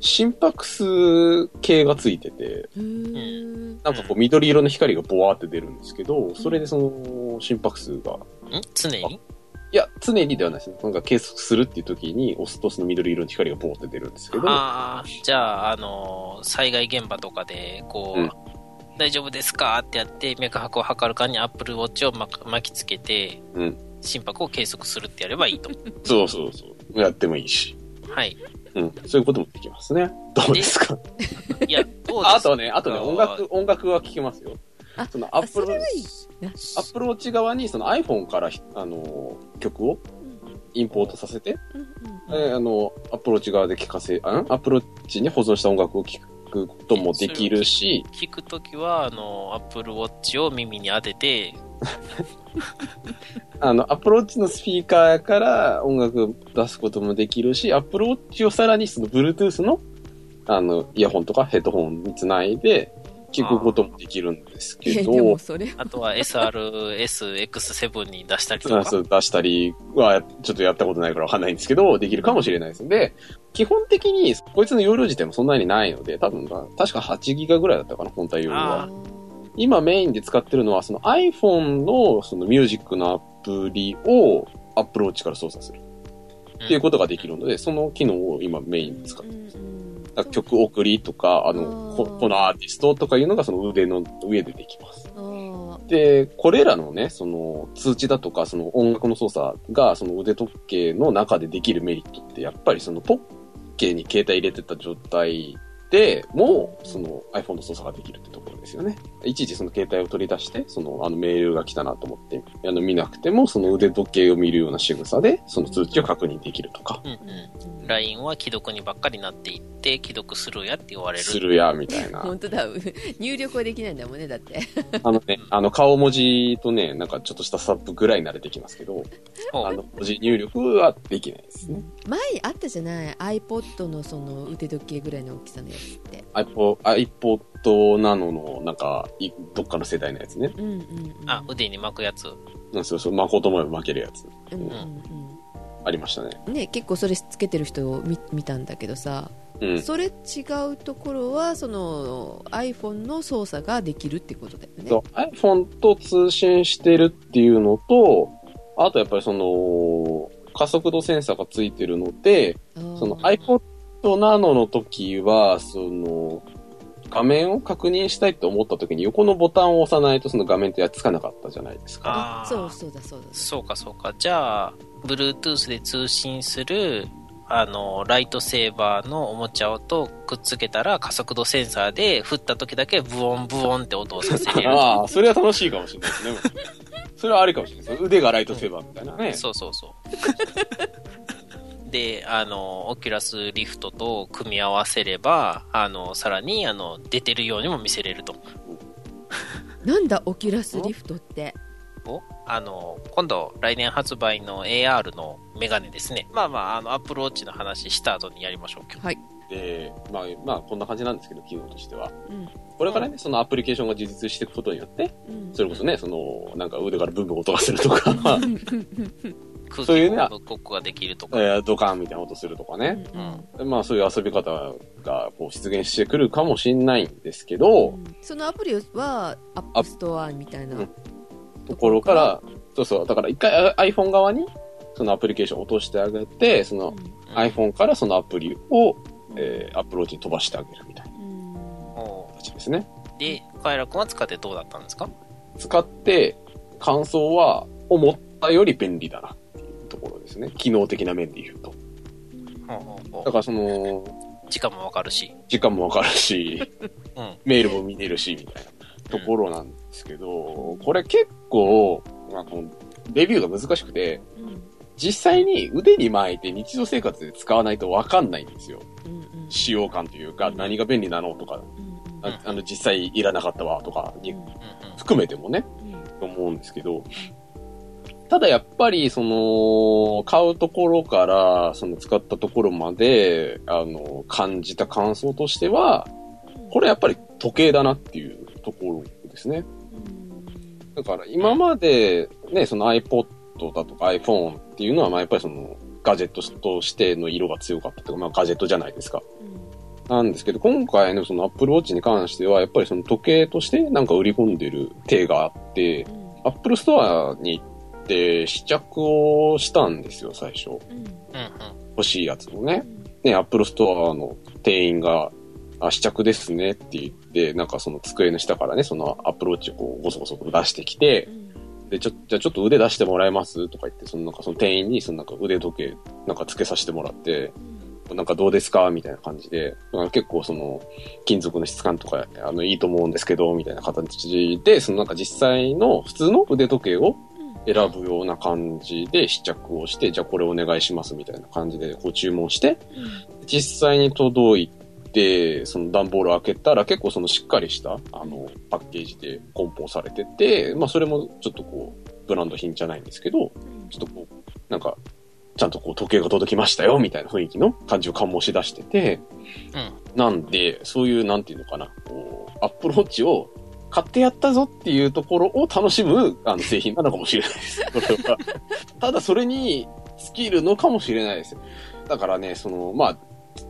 C: 心拍数計がついてて、
A: へー
C: なんかこう緑色の光がボワーって出るんですけど、それでその心拍数が、
B: ん常に
C: いや、常にではないですね。なんか計測するっていう時に押すとその緑色の光がボワーって出るんですけど、
B: ああ、じゃあ、あの、災害現場とかで、こう、
C: うん
B: 大丈夫ですかってやって、脈拍を測る間に Apple Watch を巻巻きつけて、
C: うん
B: 心拍を計測するってやればいいと。
C: そうそうそう。やってもいいし。
B: はい。
C: うん。そういうこともできますね。どうですか
B: い
C: [laughs]
B: や、どうですか
C: ああとはね、あとね、音楽、音楽は聴けますよ
A: あ。
C: そのアップ
A: そ
C: ル
A: れ、はいいな
C: アップローチ側にその iPhone からひ、あのー、曲をインポートさせて、
A: うんうん
C: えーあの、アップローチ側で聴かせ、あんアップローチに保存した音楽を聴くこともできるし、
B: 聞くときは、あの、Apple Watch を耳に当てて、
C: あの、アプローチのスピーカーから音楽出すこともできるし、アプローチをさらにその Bluetooth の、あの、イヤホンとかヘッドホンにつないで聞くこともできるんです
A: い
C: け
A: やでも
C: ど、
A: それ
B: あとは SRSX7 に出したりと
C: そう
B: か。
C: そう出したりは、ちょっとやったことないからわかんないんですけど、できるかもしれないです。で、基本的に、こいつの容量自体もそんなにないので、多分まあ、確か8ギガぐらいだったかな、本体容量
B: あ
C: は
B: ー。
C: 今メインで使ってるのは、その iPhone のそのミュージックのアプリをアップローチから操作する。っていうことができるので、その機能を今メインで使ってます。だから曲送りとか、あの、こ
A: あー
C: このアーティストとかいうのがその腕の上でできます。
A: を
C: で、これらのね、その通知だとか、その音楽の操作がその腕時計の中でできるメリットって、やっぱりそのポッケに携帯入れてた状態でも、その iPhone の操作ができるってところですよね。いちいちその携帯を取り出して、そのあのメールが来たなと思って、あの見なくても、その腕時計を見るような仕草で、その通知を確認できるとか。
B: うんうん。LINE は既読にばっかりなっていって、既読するやって言われる。
C: するや、みたいな。
A: [laughs] 本当だ入力はできないんだもんねだって
C: あのね、あの、顔文字とね、なんかちょっとしたサップぐらい慣れてきますけど、
B: ほう
C: あの、文字入力はできないですね。
A: 前あったじゃない iPod のその腕時計ぐらいの大きさのやつって
C: iPod、iPod なのの、なんか、いどっかの世代のやつね。
A: うんうんうん
B: あ、腕に巻くやつ。
C: うん、そうそう、巻こうと思えば巻けるやつ。
A: うんうん
C: ありましたね。
A: うんね結構それつけてる人を見見たんだけどさ
C: うん。
A: それ違うところはその iPhone の操作ができるってことだよね
C: そう iPhone と通信してるっていうのと、あとやっぱりその、加速度センサーがついてるので、
A: あー
C: その iPod Nano の時は、その、画面を確認したいと思った時に横のボタンを押さないとその画面ってやっつかなかったじゃないですか。
A: あそうそうだそうだ
B: そうかそうか。じゃあ、Bluetooth で通信する、あの、ライトセーバーのおもちゃをとくっつけたら加速度センサーで振った時だけブオンブオンって音をさせれる。
C: [laughs] ああ、それは楽しいかもしれないですね。それはありかもしれないです。腕がライトセーバーみたい
B: [laughs]
C: なね。
B: そうそうそう。で、あの、オキュラスリフトと組み合わせれば、あの、さらに、あの、出てるようにも見せれると。
A: なんだオキュラスリフトって
B: をあの今度来年発売の AR のメガネですねまあまああのアップルウォッチの話した後にやりましょう今日
A: はい、
C: で、まあ、まあ、こんな感じなんですけど、機能としては。
A: うん
C: これからね、そのアプリケーションが充実していくことによって、
A: うん
C: それこそね、その、なんか腕からブンブン音がするとか、
B: 空
C: そうい
B: 気
C: うね
B: のブックオックができると
C: [laughs] え
B: か、
C: ードカンみたいな音するとかね。まあ、そういう遊び方が、こう、出現してくるかもしれないんですけど、
A: うんそのアプリはアップストアみたいな
C: うんところから、そうそう、だから一回あ iPhone 側に、そのアプリケーションを落としてあげて、その
B: うん
C: iPhone からそのアプリを、
A: うん
C: えー、アプローチに飛ばしてあげるみたいな
A: うん
B: お
C: 形ですね。
B: うでカエラ君は使ってどうだったんですか
C: 使って、感想は、思ったより便利だなっていうところですね。機能的な面で言うと。だからその、
B: 時間もわかるし
C: 時間もわかるし、
B: うん
C: メールも見れるし、みたいなところなんですけど、これ結構、まあ、このレビューが難しくて、
A: うん
C: 実際に腕に巻いて日常生活で使わないとわかんないんですよ。
A: うんうん
C: 使用感というか、何が便利なのとか、
A: うん
C: ああの、実際いらなかったわとかに
B: うんうん
C: 含めてもね、
A: うんうん
C: と思うんですけど、ただやっぱり、その、買うところから、その使ったところまで、あの、感じた感想としては、これやっぱり時計だなっていうところですね。
A: うん
C: だから今までね、その iPod だとか iPhone っていうのは、まあやっぱりそのガジェットとしての色が強かったとか、まあガジェットじゃないですか。なんですけど、今回のその Apple Watch に関しては、やっぱりその時計としてなんか売り込んでる手があって、
A: うん
C: Apple Store に行って試着をしたんですよ、最初。
A: うん
B: うんうん
C: 欲しいやつをね。ね、Apple Store の店員が、あ、試着ですねって言って、なんかその机の下からね、その Apple Watch をこうゴソゴソと出してきて、
A: うん
C: で、ちょ、じゃあちょっと腕出してもらえますとか言って、そのなんかその店員にそのなんか腕時計なんかつけさせてもらって、なんかどうですかみたいな感じで、なんか結構その金属の質感とか、あのいいと思うんですけど、みたいな形で、そのなんか実際の普通の腕時計を選ぶような感じで試着をして、じゃあこれお願いしますみたいな感じでこう注文して、実際に届いて、その段ボールを開けたら結構そのしっかりした、あの、パッケージで梱包されてて、まあそれもちょっとこう、ブランド品じゃないんですけど、ちょっとこう、なんか、ちゃんとこう時計が届きましたよ、みたいな雰囲気の感じを醸し出してて、なんで、そういう、なんていうのかな、こう、アップルウォッチを買ってやったぞっていうところを楽しむあの製品なのかもしれないです。 [laughs] これは。ただそれに尽きるのかもしれないです。だからね、その、ま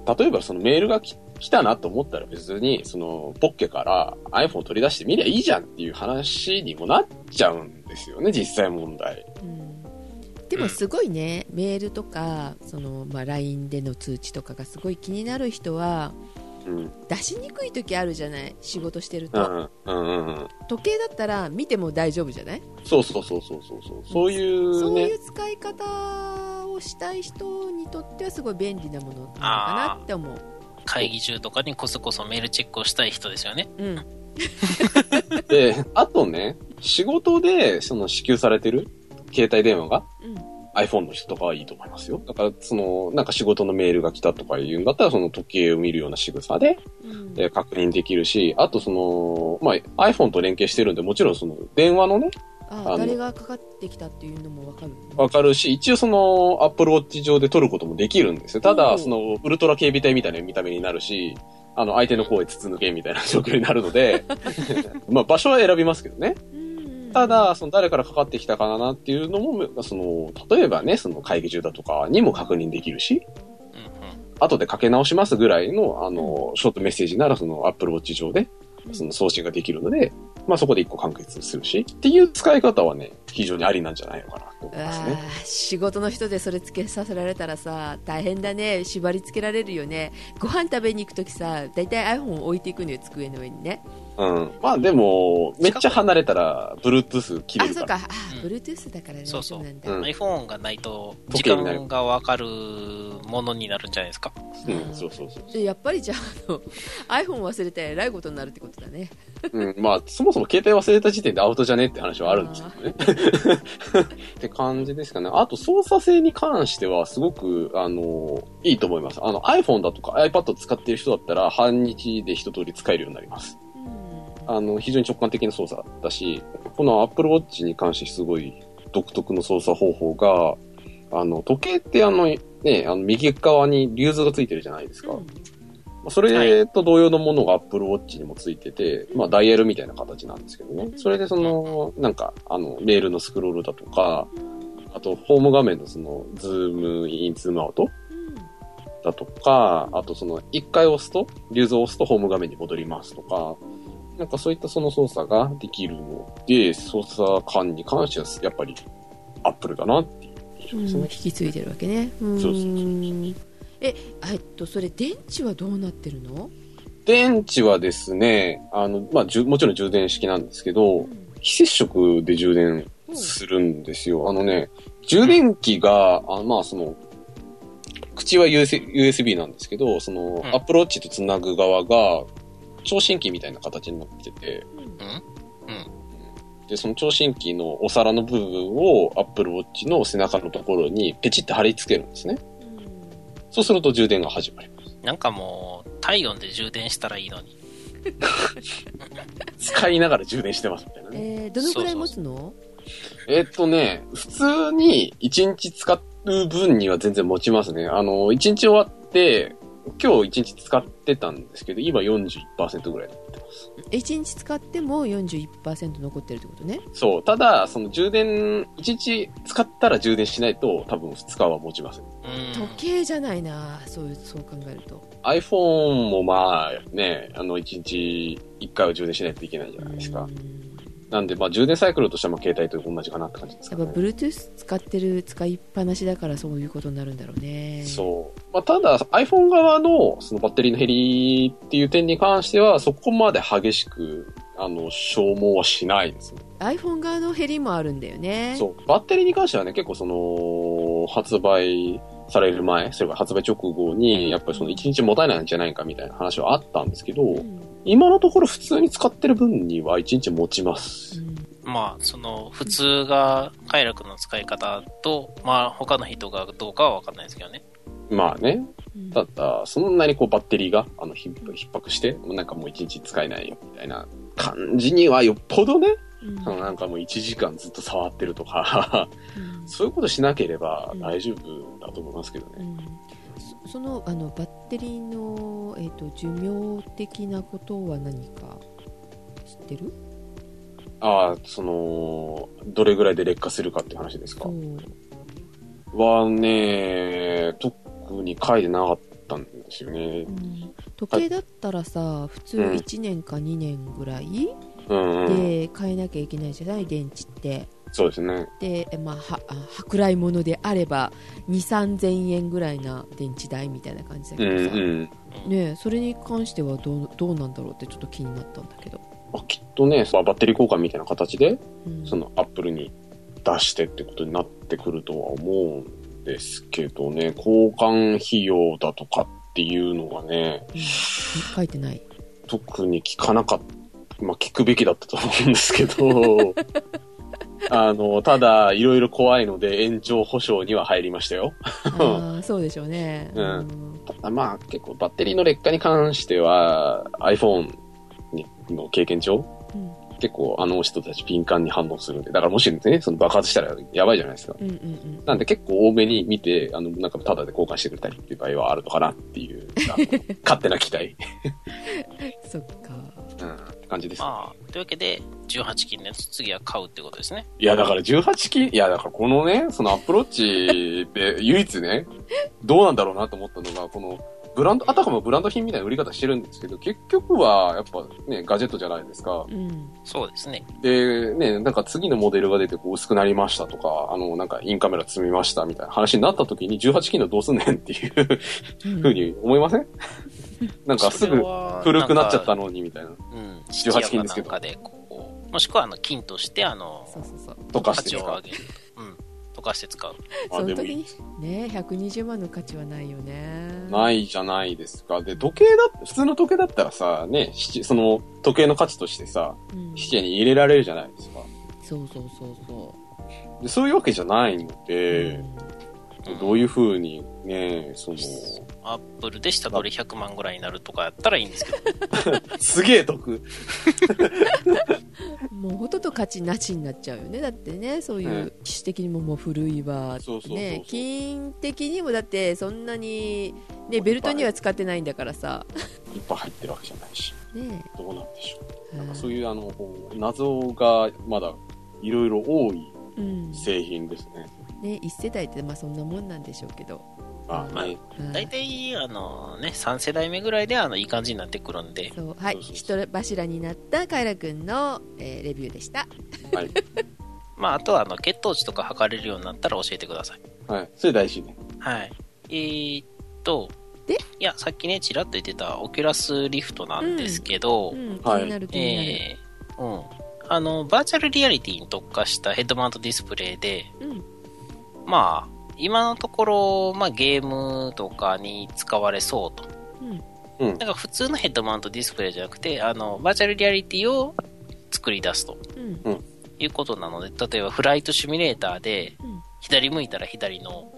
C: あ、例えばそのメールがき来たなと思ったら別に、その、ポッケから iPhone を取り出してみりゃいいじゃんっていう話にもなっちゃうんですよね、実際問題。
A: うんでもすごいね、メールとかその、まあ、LINE での通知とかがすごい気になる人は
C: うん。
A: 出しにくい時あるじゃない仕事してる
C: う
A: と、
C: ん。うんうんうん。
A: 時計だったら見ても大丈夫じゃない、
C: そうそうそうそうそうそう。そういう
A: そうい
C: ね。
A: う使い方をしたい人にとってはすごい便利なものなのかなって思う、
B: 会議中とかにこそこそメールチェックをしたい人ですよね。
A: うん、
C: で、あとね、仕事でその支給されてる携帯電話が
A: うん
C: iPhone の人とかはいいと思いますよ。だから、その、なんか仕事のメールが来たとか言うんだったら、その時計を見るような仕草で、
A: うん
C: えー確認できるし、あとその、まあ、iPhone と連携してるんで、もちろんその、電話のね、
A: あ
C: あの
A: 誰がかかってきたっていうのもわかる、
C: わかるし、一応その、Apple Watch 上で撮ることもできるんですよ。た
A: う
C: だ、
A: ん
C: その、ウルトラ警備隊みたいな見た目になるし、あの、相手の声筒抜けみたいな状況になる
A: [laughs]
C: ので、まあ、場所は選びますけどね。
A: うん
C: ただ、その誰からかかってきたかなっていうのも、その、例えばね、その会議中だとかにも確認できるし、
B: うんうん
C: 後でかけ直しますぐらいの、あの、ショートメッセージなら、その、Apple Watch 上で、その送信ができるので、まあそこで一個完結するし、っていう使い方はね、非常にありなんじゃないのかなと思います
A: あ
C: ね。
A: ー仕事の人でそれつけさせられたらさ大変だね縛りつけられるよねご飯食べに行く時さ大体 iPhone を置いていくのよ机の上にね
C: うん。まあでも、めっちゃ離れたら、Bluetooth 切
A: あ
C: れる
A: そ
C: か
A: う
C: ら。
A: かあー、
B: う
A: Bluetooth だから大
B: そ
A: 丈
B: うそう
A: 夫なんだ
C: うん
B: iPhone がないと時
C: 時計になる
B: 間がわかるものになるんじゃないですか。
C: うん、そうそうそう。
A: でやっぱりじゃああの iPhone 忘れたらえらいことになるってことだね
C: うん、まあ、そもそも携帯忘れた時点でアウトじゃねって話はあるんですけどね。 [laughs] って感じですかね。あと、操作性に関しては、すごく、あの、いいと思います。あの、iPhone だとか iPad 使ってる人だったら、半日で一通り使えるようになります。
A: うん
C: あの、非常に直感的な操作だし、この Apple Watch に関してすごい独特の操作方法が、あの、時計ってあの、ね、あの右側にリューズがついてるじゃないですか。
A: うん
C: まあそれと同様のものが Apple Watch にもついてて、まあダイヤルみたいな形なんですけどね。それでその、なんか、あの、メールのスクロールだとか、あと、ホーム画面のその、ズームイン、ズームアウトだとか、あとその、一回押すと、リューズを押すとホーム画面に戻りますとか、なんかそういったその操作ができるので、操作感に関しては、やっぱり、Apple だなっていう印象
A: うん
C: です
A: 引
C: ね。
A: き継いでるわけねうん
C: そうそう
A: ええっとそれ電池はどうなってるの、
C: 電池はですね、あの、まあ、じゅもちろん充電式なんですけど、非接触で充電
A: うん
C: するんですよ。あのね、充電器が、あまあその、口は US USB なんですけど、その、
B: うん
C: アプローチとつなぐ側が、聴診器みたいな形になってて、
A: うん
B: うん
C: で、その聴診器のお皿の部分を Apple Watch の背中のところにペチって貼り付けるんですね。そうすると充電が始まりま
B: なんかもう、体温で充電したらいいのに。
C: す。使いながら充電してますみたいなね。
A: えー、どのくらい持つの
C: えっとね、普通に1日使う分には全然持ちますね。あの、1日終わって、今日1日使ってたんですけど、今41%ぐらい。
A: 一日使っても41%残ってるってことね
C: そう。ただ、その充電、1日使ったら充電しないと多分2日は持ちません。
B: うん。
A: 時計じゃないなそうそう考えると
C: iPhone もまあね、あの1日1回は充電しないといけないじゃないですか
A: う。ん
C: なんでまあ充電サイクルとしても携帯と同じかなって感じです
A: や
C: か
A: っぱ
C: ね。
A: Bluetooth 使ってる使いっぱなしだからそういうことになるんだろうね
C: そう。まあただ iPhone 側のそのバッテリーの減りっていう点に関してはそこまで激しくあの消耗はしないですね。
A: iPhone 側の減りもあるんだよね
C: そう。バッテリーに関してはね、結構その発売される前、それから発売直後にやっぱりその1日もたないんじゃないかみたいな話はあったんですけど、
A: ん
C: 今のところ普通に使ってる分には1日持ちます。
B: まあ、その、普通が、快楽の使い方と、まあ、他の人がどうかはわかんないですけどね。
C: まあね。
A: うん
C: ただ、そんなにこうバッテリーが、あの、ひ逼迫して、もうなんかもう一日使えないよ、みたいな感じにはよっぽどね、
A: うん
C: あのなんかもう1時間ずっと触ってる
A: [laughs]
C: とか、
A: うん
C: そういうことしなければ大丈夫だと思いますけど
A: う
C: ね。
A: んそそのあのバッテリーの、えー、と寿命的なことは何か知ってる
C: ああ、その、どれぐらいで劣化するかって話ですか
A: そ。う
C: はね、特に書いてなかったんですよね。
A: うん時計だったらさ、普通
C: うん
A: 1年か2年ぐらい
C: うん、うん。
A: で変えなきゃいけないじゃない、電池って
C: そうですね。
A: で、えまあ、はあ舶来物であれば23000円ぐらいな電池代みたいな感じだ
C: う
A: け
C: ん、
A: どさ、
C: うん。
A: ねえ、それに関してはどうどうなんだろうってちょっと気になったんだけど、
C: まあ、きっとね、まあバッテリー交換みたいな形で、
A: うん
C: そのアップルに出してってことになってくるとは思うんですけどね、交換費用だとかっていうのがね、
A: うん書いてない
C: 特に聞かなかった、まあ聞くべきだったと思うんですけど、 [laughs] あの、ただ、いろいろ怖いので延長保証には入りましたよ。
A: ああそうでしょうね、
C: うん
A: ん
C: あまあ結構バッテリーの劣化に関しては iPhone にの経験上、
A: うん
C: 結構あの人たち敏感に反応するんで、だからもしね、その爆発したらやばいじゃないですか。
A: うんうんうん
C: なんで結構多めに見て、あの、なんかタダで交換してくれたりっていう場合はあるのかなっていう、 [laughs] あの勝手な期待、
A: そっか
C: うん、って感じです。
B: まあ、というわけで、18金のやつ、次は買うってことですね。
C: いや、だから18金、いや、だからこのね、そのアプローチで唯一ね、どうなんだろうなと思ったのが、この、ブランド、あたかもブランド品みたいな売り方してるんですけど、結局は、やっぱね、ガジェットじゃないですか。
A: うん
B: そうですね。
C: で、ね、なんか次のモデルが出てこう薄くなりましたとか、あの、なんかインカメラ積みましたみたいな話になった時に18金のどうすんねんっていうふうに思いませんなんかすぐ古くなっちゃった
B: の。
C: のにみたいな。
B: うん。
C: 18金ですけ
B: 質屋か
C: ど
B: なんかでこうもしくは、あの、金として、あの、
A: そうそうそう
C: 溶か
B: 価
C: して
B: 値を
C: 使
B: 上
C: う。
B: げる。うん。溶かして使う。
C: ま
A: そ
C: あ
A: の
C: でも
A: 時にね120万の価値はないよね
C: ないじゃないですか。で、時計だ、普通の時計だったらさ、ね、七その時計の価値としてさ、
A: うん
C: 質屋に入れられるじゃないですか。
A: そうそうそうそ
C: でそういうわけじゃないの
A: う、
C: で、
B: うん
C: どういうふうにね、その、
B: アップルで下取り100万ぐらいになるとかやったらいい
A: [laughs]
B: んですけど。
C: すげえ得。
A: うんもうほとんど価値なしになっちゃうよねだってねそういう機種的にももう古いわ
C: そうそうそうそう
A: ね金的にもだってそんなに、ね、ベルトには使ってないんだからさ
C: いっぱい入ってるわけじゃないし、
A: ね
C: どうなんでしょ
A: え
C: う。なんかそういうあの、こう謎がまだいろいろ多い
A: うん
C: 製品ですね。
A: ね一世代ってまあそんなもんなんでしょうけど
C: まあね、
A: はい
B: 大体、あのね、3世代目ぐらいで、あの、いい感じになってくるんで。
A: そうはい
C: そうそう
A: 人柱になったカイラくんの、えーレビューでした
C: はい。
B: まあ、あとは、あの、血糖値とか測れるようになったら教えてください。
C: はい。それ大事ね。
B: はい。えー、っと、
A: で
B: いや、さっきね、ちらっと言ってた、オキュラスリフトなんですけど、
A: うん、気
C: はい
A: になる気になる、
B: えー、うん。あの、バーチャルリアリティに特化したヘッドマウントディスプレイで、
A: うん
B: まあ、今のところ、まあ、ゲームとかに使われそうと。
A: うん
C: うん
B: な。んか普通のヘッドマウントディスプレイじゃなくて、あの、バーチャルリアリティを作り出すと。
A: うん
B: いうことなので、例えばフライトシミュレーターで
A: うん、
B: 左向いたら左の、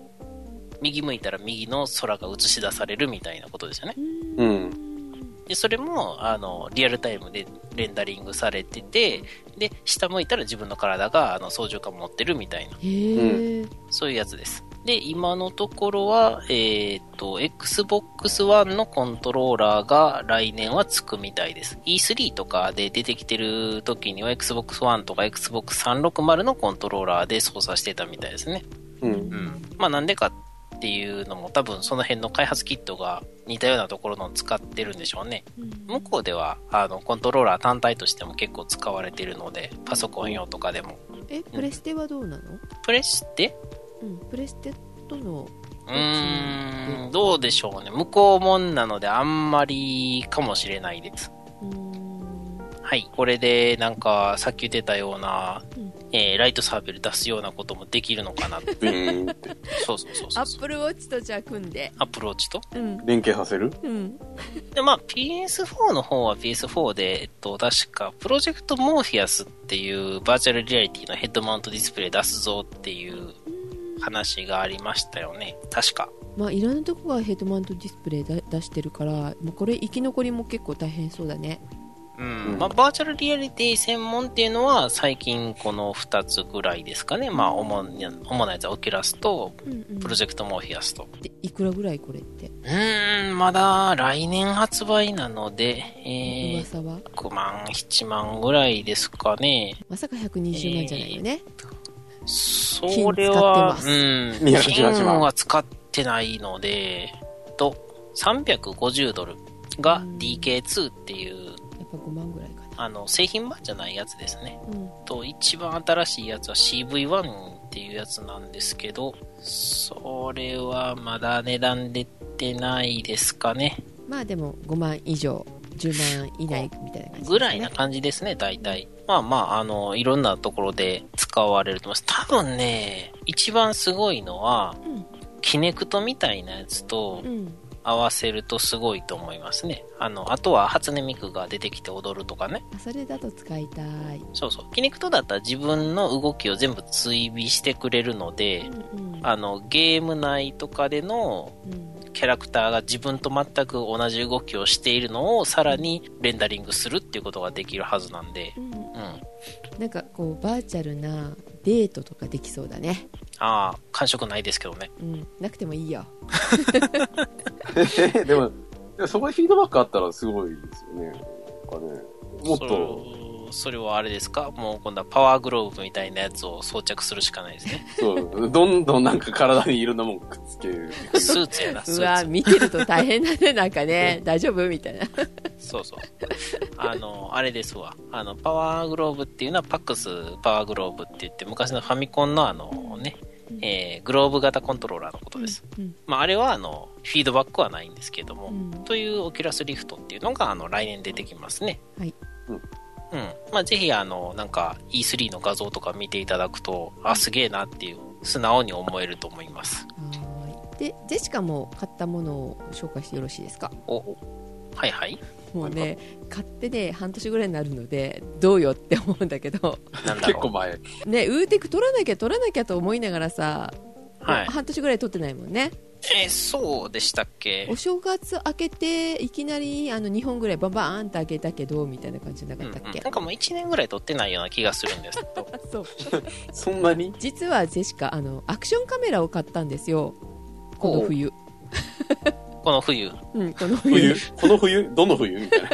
B: 右向いたら右の空が映し出されるみたいなことですよね。
A: う
C: うんん。
B: で、それも、あの、リアルタイムでレンダリングされてて、で、下向いたら自分の体が、あの、操縦桿持ってるみたいな、
A: へえ
B: そういうやつです。で、今のところは、えーっと、Xbox One のコントローラーが来年はつくみたいです。E3 とかで出てきてる時には Xbox One とか Xbox 360のコントローラーで操作してたみたいですね。
C: [laughs] うん。
B: うん、まあなんでかっていうのも多分その辺の開発キットが似たようなところのを使ってるんでしょうね向こうではあのコントローラー単体としても結構使われてるのでパソコン用とかでも
A: えプレステはどうなの
B: プレステ
A: うんプレステとの
B: うーんどうでしょうね向こうもんなのであんまりかもしれないです
A: うーん
B: はいこれでなんかさっき言ってたような、
A: うん
B: えーライトサーベル出すようなこともできるのかな [laughs] って
C: ビーンって。
B: そうそうそう
A: ア
B: そう
A: ップルウォッチとじゃあ組んで
B: アプローチと
A: うん
C: 連携させる
A: うん
B: で、まあ、PS4 の方は PS4 で、えっと、確か、プロジェクトモーフィアスっていうバーチャルリアリティのヘッドマウントディスプレイ出すぞっていう話がありましたよね。確か。
A: まあいろんなとこがヘッドマウントディスプレイだ出してるからもうこれ生き残りも結構大変そうだね
B: うん。
C: うん
B: まあ、バーチャルリアリティ専門っていうのは、最近この2つぐらいですかね。まあ、主な、主なやつはオキュラスと、
A: うんうん
B: プロジェクトモーフィアスと。
A: でいくらぐらいこれって
B: うーん、まだ来年発売なので、えー、
A: 噂は
B: 6万、7万ぐらいですかね。
A: まさか120万じゃないよね
B: それ
A: 金
B: は、
A: 使ってます
B: うん、
C: 218
B: 金は使ってないので、と、350ドルが
A: うん
B: DK2 っていう、
A: やっぱ5万ぐらいかな
B: あの、製品版じゃないやつですね。
A: うん
B: と、一番新しいやつは CV1 っていうやつなんですけど、それはまだ値段出てないですかね。
A: まあでも5万以上10万以内みたいな感じですかね
B: ぐらいな感じですね、大体。まあまあ、あの、いろんなところで使われると思います。多分ね、一番すごいのは、
A: うん
B: キネクトみたいなやつと
A: うん
B: 合わせるとすごいと思いますね。あの、あとは初音ミクが出てきて踊るとかね。
A: あそれだと使いたい
B: そうそう。キネクトだったら自分の動きを全部追尾してくれるの
A: うん、
B: で
A: うん
B: あの、ゲーム内とかでの
A: うん
B: キャラクターが自分と全く同じ動きをしているのをさらにレンダリングするっていうことができるはずなんで、
A: うん
B: うん。
A: なんかこうバーチャルなデートとかできそうだね
B: ああ、感触ないですけどね。
A: うんなくてもいいよ
C: えで [laughs] も、でもそこでフィードバックあったらすごいですよね。なんかね。もっと、
B: そ。それはあれですかもう今度はパワーグローブみたいなやつを装着するしかないです
C: [laughs]
B: ね。
C: そう、どんどんなんか体にいろんなもんくっつける。
B: スーツやな、ス
A: う
B: ー
A: わ
B: ツ。
A: 見てると大変だねなんかね [laughs] 大丈夫みたいな
B: そうそう。あの、あれですわ。あの、パワーグローブっていうのはパックスパワーグローブって言って、昔のファミコンのあのね、えーグローブ型コントローラーのことです。
A: うん
B: まあ、あれはあの、フィードバックはないんですけども、
A: うん
B: というオキュラスリフトっていうのがあの来年出てきますね。
A: はい。
C: う
B: うんん。まあぜひあのなんか E3 の画像とか見ていただくと、あ、すげえなっていう素直に思えると思います。
A: はーいでジェシカも買ったものを紹介してよろしいですか
B: お、はいはい。
A: もうね買ってね半年ぐらいになるのでどうよって思うんだけど
B: なんだ
C: 結構
B: ろ
C: 前。
A: ねウーテク取らなきゃ取らなきゃと思いながらさ、
B: う。はい。
A: 半年ぐらい取ってないもんね
B: えーそうでしたっけ
A: お正月明けていきなりあの2本ぐらいバンバーンと開けたけどみたいな感じじゃな
B: うん
A: かっ
B: うん、
A: た
B: な
A: っけ、
B: んかもう1年ぐらい撮ってないような気がするんですけど
A: あそう
C: そんなに
A: 実はジェシカあのアクションカメラを買ったんですよこの冬、
B: この冬
A: うん、
B: [laughs]
A: この
C: 冬
A: 冬
C: この冬どの冬みたいな。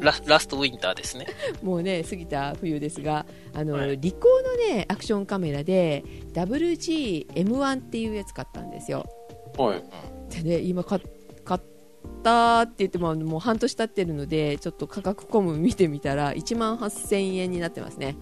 B: ラ [laughs] ラストウィンターですね
A: もうね過ぎた冬ですがあの、
B: はい
A: リコーのねアクションカメラで WGM1 っていうやつ買ったんですよ
C: はい。
A: でね今買っ買ったって言ってももう半年経ってるのでちょっと価格コム見てみたら1万8000円になってますね、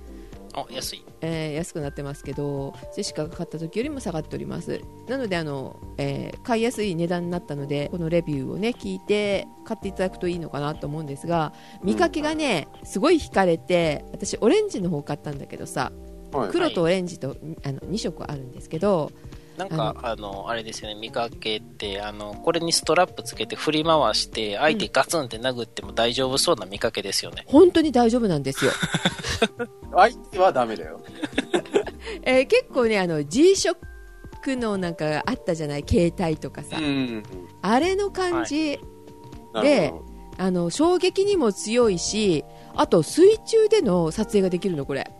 B: あ安い
A: えー安くなってますけどジェシカが買った時よりも下がっておりますなのであの、えー買いやすい値段になったのでこのレビューをね聞いて買っていただくといいのかなと思うんですが見かけがねすごい惹かれて私オレンジの方買ったんだけどさ
C: はい。
A: 黒とオレンジと、あの2色あるんですけど
B: なんか、あの、あれですよね、見かけって、あの、これにストラップつけて振り回して、相手ガツンって殴っても大丈夫そうな見かけですよね。
A: 本当に大丈夫なんですよ。
C: 相手はダメだよ。
A: えー結構ね、あの、G-SHOCK のなんかあったじゃない、携帯とかさ。
C: ん。
A: あれの感じ、
C: な
A: で
C: るほど
A: あの、衝撃にも強いし、あと水中での撮影ができるの、これ。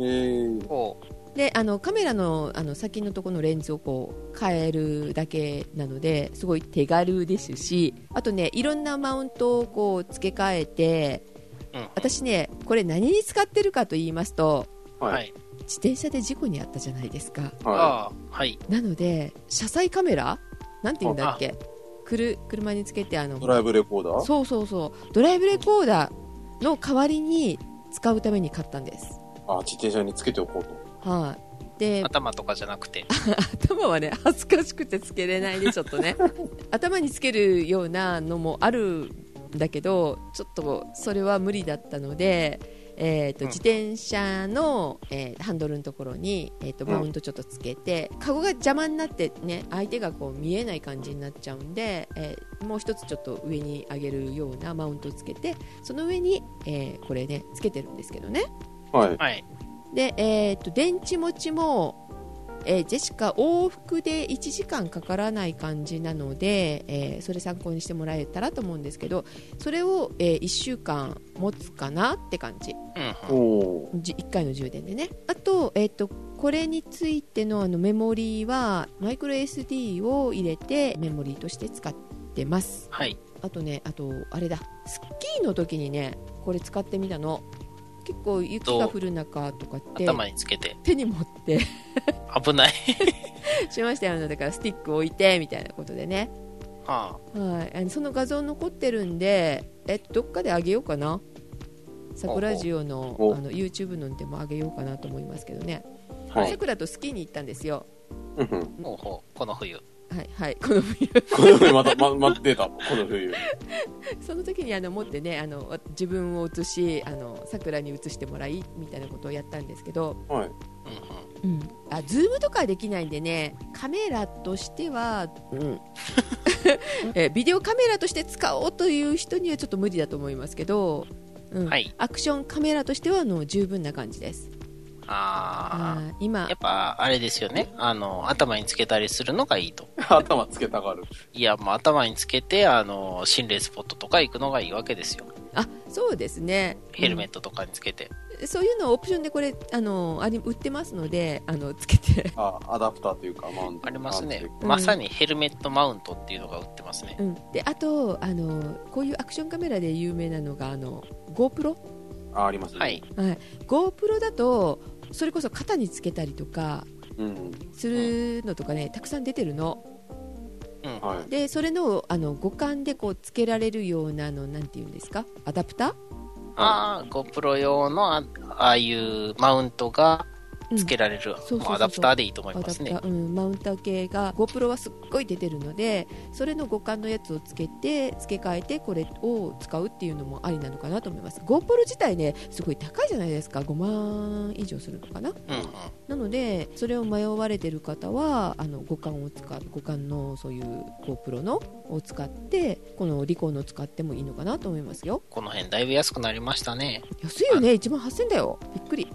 C: えー、
B: お
A: であのカメラのあの先のところのレンズをこう変えるだけなのですごい手軽ですしあとねいろんなマウントをこう付け替えて
B: うん。
A: 私ねこれ何に使ってるかと言いますと
B: は
C: はい。
B: い。
A: 自転車で事故に遭ったじゃないですか
C: は
B: ああ、はい。
A: なので車載カメラなんて言うんだっけくる車につけてあ
C: い。
A: の
C: ドライブレコーダー
A: そうそうそうドライブレコーダーの代わりに使うために買ったんです
C: あ、自転車につけておこうと。
A: はい、で
B: 頭とかじゃなくて。
A: 頭はね恥ずかしくてつけれないでちょっとね頭につけるようなのもあるんだけどちょっとそれは無理だったので、えー、と
B: うん
A: 自転車の、えーハンドルのところに、えー、と
C: うん
A: マウントちょっとつけて、カゴが邪魔になってね相手がこう見えない感じになっちゃうんで、えーもう一つちょっと上に上げるようなマウントをつけてその上に、えーこれねつけてるんですけどね
C: はい。
B: はい。
A: で、えーと電池持ちも、えージェシカ往復で1時間かからない感じなので、えーそれ参考にしてもらえたらと思うんですけどそれを、え1週間持つかなって感じ
B: うん
C: お
B: うん。
C: お
A: 1回の充電でねあと,、えー、とこれについてのあのメモリーはマイクロ SD を入れてメモリーとして使ってます
B: はい。
A: あとねあとあれだスキーの時にねこれ使ってみたの結構雪が降る中とかって
B: 頭につけて。
A: 手に持って
B: 危ない。 [laughs]
A: しましたよあのだからスティック置いてみたいなことでね、
B: あ
A: はい、あのその画像残ってるんでえどっかであげようかなさくらジオの
C: お
A: あの YouTube のでもあげようかなと思いますけどね
C: は
A: さ
C: い。
A: くらとスキーに行ったんですよ
C: うんうん
B: あ。ほうほう。この冬。
A: はいはいこの冬
C: この冬また、ま、ま、出た。この冬。
A: [laughs] その時にあの持ってねあのわ自分を写しあのさくらに写してもらいみたいなことをやったんですけど、
C: はい。
B: うんう
A: う
B: ん。
A: ん、あズームとかはできないんでねカメラとしては、うん、 [laughs] えビデオカメラとして使おうという人にはちょっと無理だと思いますけど、うん
B: はい
A: アクションカメラとしてはあの十分な感じです
B: あ
A: あー今
B: あ。やっぱ、あれですよね。あの、頭につけたりするのがいいと。
C: 頭つけたがる。
B: いや、もう頭につけて、あの、心霊スポットとか行くのがいいわけですよ。
A: あそうですね
B: ヘルメットとかにつけて。
A: うんそういうのオプションでこれあのあり売ってますのであのつけて、 [laughs]
C: あ、アダプターというか、マウント。
B: ありますね。
A: うん
B: まさにヘルメットマウントっていうのが売ってますね。
A: うん、であとあのこういうアクションカメラで有名なのがあの GoPro
C: あ、ありますね。
B: はい。。
A: GoPro だとそれこそ肩につけたりとか
C: うん。
A: するのとかねたくさん出てるの
B: うん。
C: はい。
A: でそれのあの五感でこうつけられるようなあのなんていうんですかアダプタ
B: ああ、GoPro 用のあ、ああいうマウントが
A: ー
B: つけられる、
A: そうそうそう
B: もうアダプターでいいと思い
A: ア
B: ま
A: ダ
B: す
A: プタ
B: ね。
A: ー、うん、マウンター系が GoPro はすっごい出てるのでそれの五感のやつをつけて付け替えてこれを使うっていうのもありなのかなと思います GoPro 自体ねすごい高いじゃないですか5万以上するのかな
B: うんうん。
A: なのでそれを迷われてる方はあの五感を使う五感のそういう GoPro のを使ってこのリコーのを使ってもいいのかなと思いますよ
B: この辺だいぶ安くなりましたね。
A: 安いよね1万8000円だよびっくり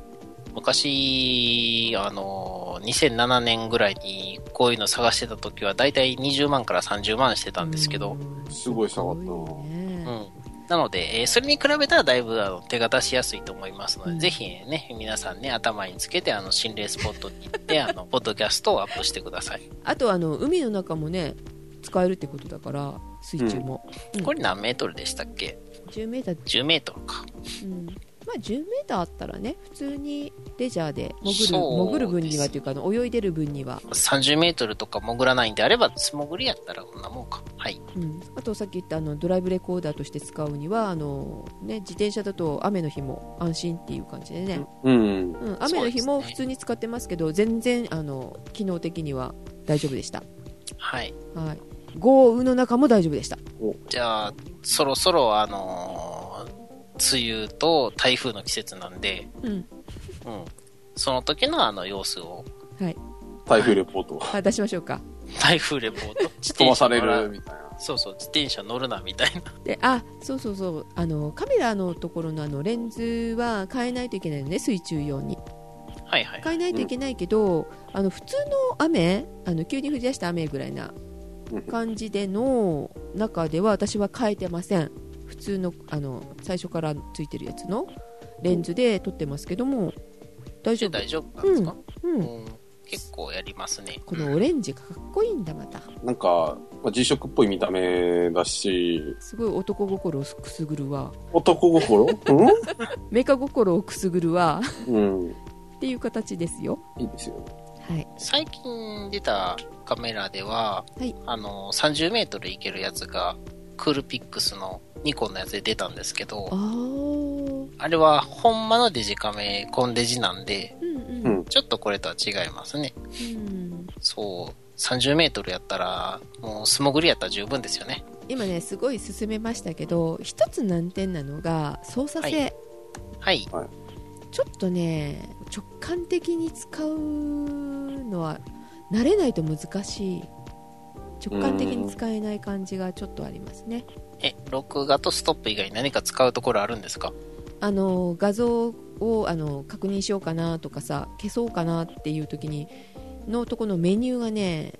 B: 昔、あの、2007年ぐらいにこういうの探してた時は、だいたい20万から30万してたんですけど、
A: うん
C: すごい下がったな
B: うん。
A: ね
B: なので、えーそれに比べたらだいぶあの手が出しやすいと思いますので、
A: うん
B: ぜひね、皆さんね、頭につけて、あの、心霊スポットに行って、あの、ポッドキャストをアップしてください。
A: あとあの海の中もね使えるってことだから水中も、うん
B: これ何メートルでしたっけ
A: 10メーター、
B: ?10 メートルか。
A: うん、まあ10メーターあったらね普通にレジャーで潜る
B: そう
A: 潜る分にはというかあの泳いでる分には、
B: 30メートルとか潜らないんであれば、素潜りやったらこんなもんか。はい。
A: うん、あとさっき言ったあのドライブレコーダーとして使うにはあの、ね、自転車だと雨の日も安心っていう感じでね、
C: うん。
A: うん、雨の日
B: そ
A: も
B: うで
A: 普
B: すね
A: 通に使ってますけど全然あの機能的には大丈夫でした
B: はい。
A: はい、豪雨の中も大丈夫でした。
B: じゃあ、そろそろ、あのー梅雨と台風の季節なんで、
A: うん、
B: うん。その時のあの様子を、
A: はい
C: 台風レポートを
A: あ出しましょうか
B: 台風レポート。自
C: 飛ばされ
B: 乗ら
C: るみたいな。
B: そうそう、自転車乗るな、みたいな。
A: であそうそうそうあのカメラのところのあのレンズは変えないといけないのね水中用に
B: はいはい。
A: 変えないといけないけど、あの普通の雨あの急に降り出した雨ぐらいな
C: うん
A: 感じでの中では私は変えてません普通のあの最初からついてるやつのレンズで撮ってますけども大丈夫、
B: 大丈夫なんですか、
A: う、
B: うんん、結構やりますね。
A: このオレンジがかっこいいんだまた
C: なんか、まあ、G ショックっぽい見た目だし、
A: すごい男心をくすぐるわ
C: 男心
A: メカ心をくすぐるわ
C: うんうん。
A: っていう形ですよ
C: いいですよね。
A: はい
B: 最近出たカメラでは、
A: はい
B: あの、30メートルいけるやつが、クールピックスのニコンのやつで出たんですけど
A: あ、あうん
B: あれは、ほんまのデジカメ、コンデジなんで、
A: うん
C: うん
B: ちょっとこれとは違いますね。
A: うん
B: そう。30メートルやったら、もう素潜りやったら十分ですよね。
A: 今ねすごい進めましたけど一つ難点なのが操作性、
B: ははい。
A: ちょっとね直感的に使うのは慣れないと難しい直感的に使えない感じがちょっとありますね
B: え、録画とストップ以外に何か使うところあるんですか
A: あの画像をあの確認しようかなとかさ消そうかなっていう時にのとこのメニューがね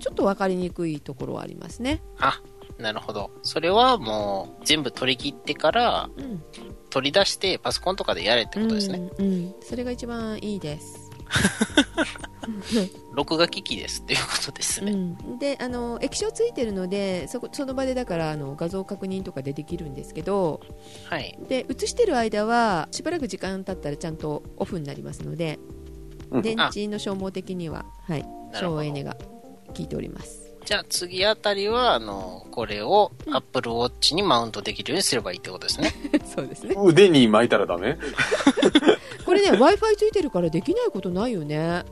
A: ちょっと分かりにくいところはありますね
B: あ、なるほど。それはもう、全部取り切ってから、
A: うん
B: 取り出してパソコンとかでやれってことですね。
A: うんうんそれが一番いい
B: [laughs]
A: です
B: 録画機器ですっていうことです
A: う
B: ね。
A: ん、であの液晶ついてるのでそこその場でだからあの画像確認とかでできるんですけど
B: はい。
A: で映してる間はしばらく時間経ったらちゃんとオフになりますので
C: うん
A: 電池の消耗的には、はい、
B: なるほ
A: 省エ
B: ど
A: ネ。が効いております
B: じゃあ次あたりは、あの、これを
A: うん
B: Apple Watch にマウントできるようにすればいいってことですね。
A: [laughs] そうですね
C: 腕に巻いたらダメ
A: これね w i f i ついてるからできないことないよね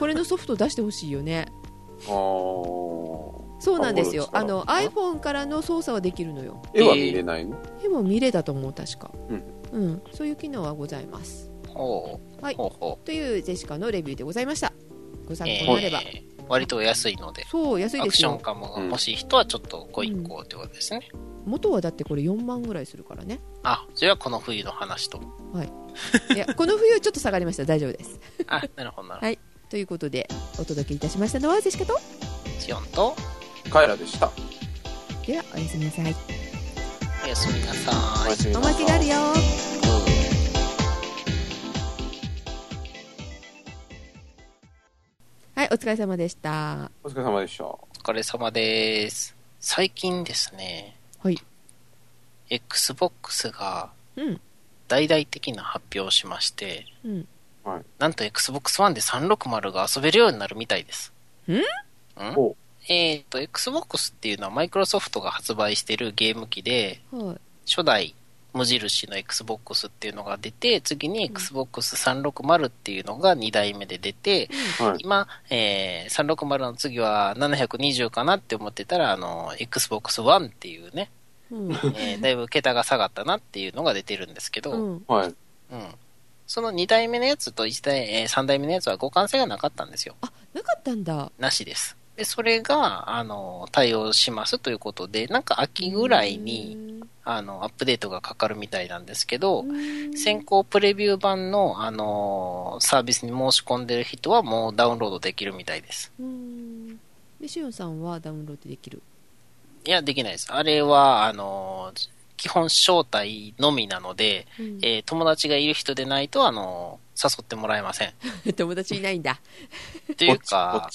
A: これのソフト出してほしいよね
C: あー
A: そうなんですよあ
C: あ
A: の
C: の
A: iPhone からの操作はできるのよ
C: 絵は見れないの、
A: でも見れだと思う確か、
C: うん
A: うん、そういう機能はございます
B: ほう。
A: はい
B: ほうほう。
A: というジェシカのレビューでございましたご参考になれば、
B: えー割とお安いので、
A: そう安い
B: ア
A: で
B: ク
A: す
B: ション
A: よ
B: カムが欲しい人はちょっとご一行ってことですね。
A: 元はだってこれ4万ぐらいするからね
B: [laughs] あ、それはこの冬の話と。
A: いやこの冬ちょっと下がりました大丈夫です
B: あ、なるほどなるほ
A: ということでお届けいたしましたのはジェシカと
B: ど。チオンと、
C: カエラでした。
A: ではおやすみなさい
B: おやすみなさ
C: お
B: い
C: や。すみ
A: お
C: なさ
A: ま
C: い
A: けがあるよはいお疲れ様でした
C: お疲れ様でした。
B: お疲れ様です。最近ですね。
A: はい。
B: Xbox が
A: うん
B: 大々的な発表をしまして、
A: うん
B: なんと Xbox One で360が遊べるようになるみたいです。
A: ん
B: ん
C: お
B: えっ、と、Xbox っていうのはマイクロソフトが発売してるゲーム機で、
A: はい
B: 初代無印の Xbox っていうのが出て、次に Xbox360 っていうのが2代目で出て、
C: はい。
B: 今、えー、360の次は720かなって思ってたら、あの、Xbox One っていうね、
A: うん
B: えーだいぶ桁が下がったなっていうのが出てるんですけど、うん。
A: うん
C: はい。
B: その2代目のやつと1代、え3代目のやつは互換性がなかったんですよ。
A: あなかったんだ
B: なしです。で、それが、あの、対応しますということで、なんか秋ぐらいに、あの、アップデートがかかるみたいなんですけど、先行プレビュー版の、あのーサービスに申し込んでる人はもうダウンロードできるみたいです。
A: うんでしおんさんはダウンロードできる
B: いや、できないです。あれは、あのー基本招待のみなので、
A: うん
B: えー友達がいる人でないと、あのー誘ってもらえません。
A: [laughs] 友達いないんだ
B: というか、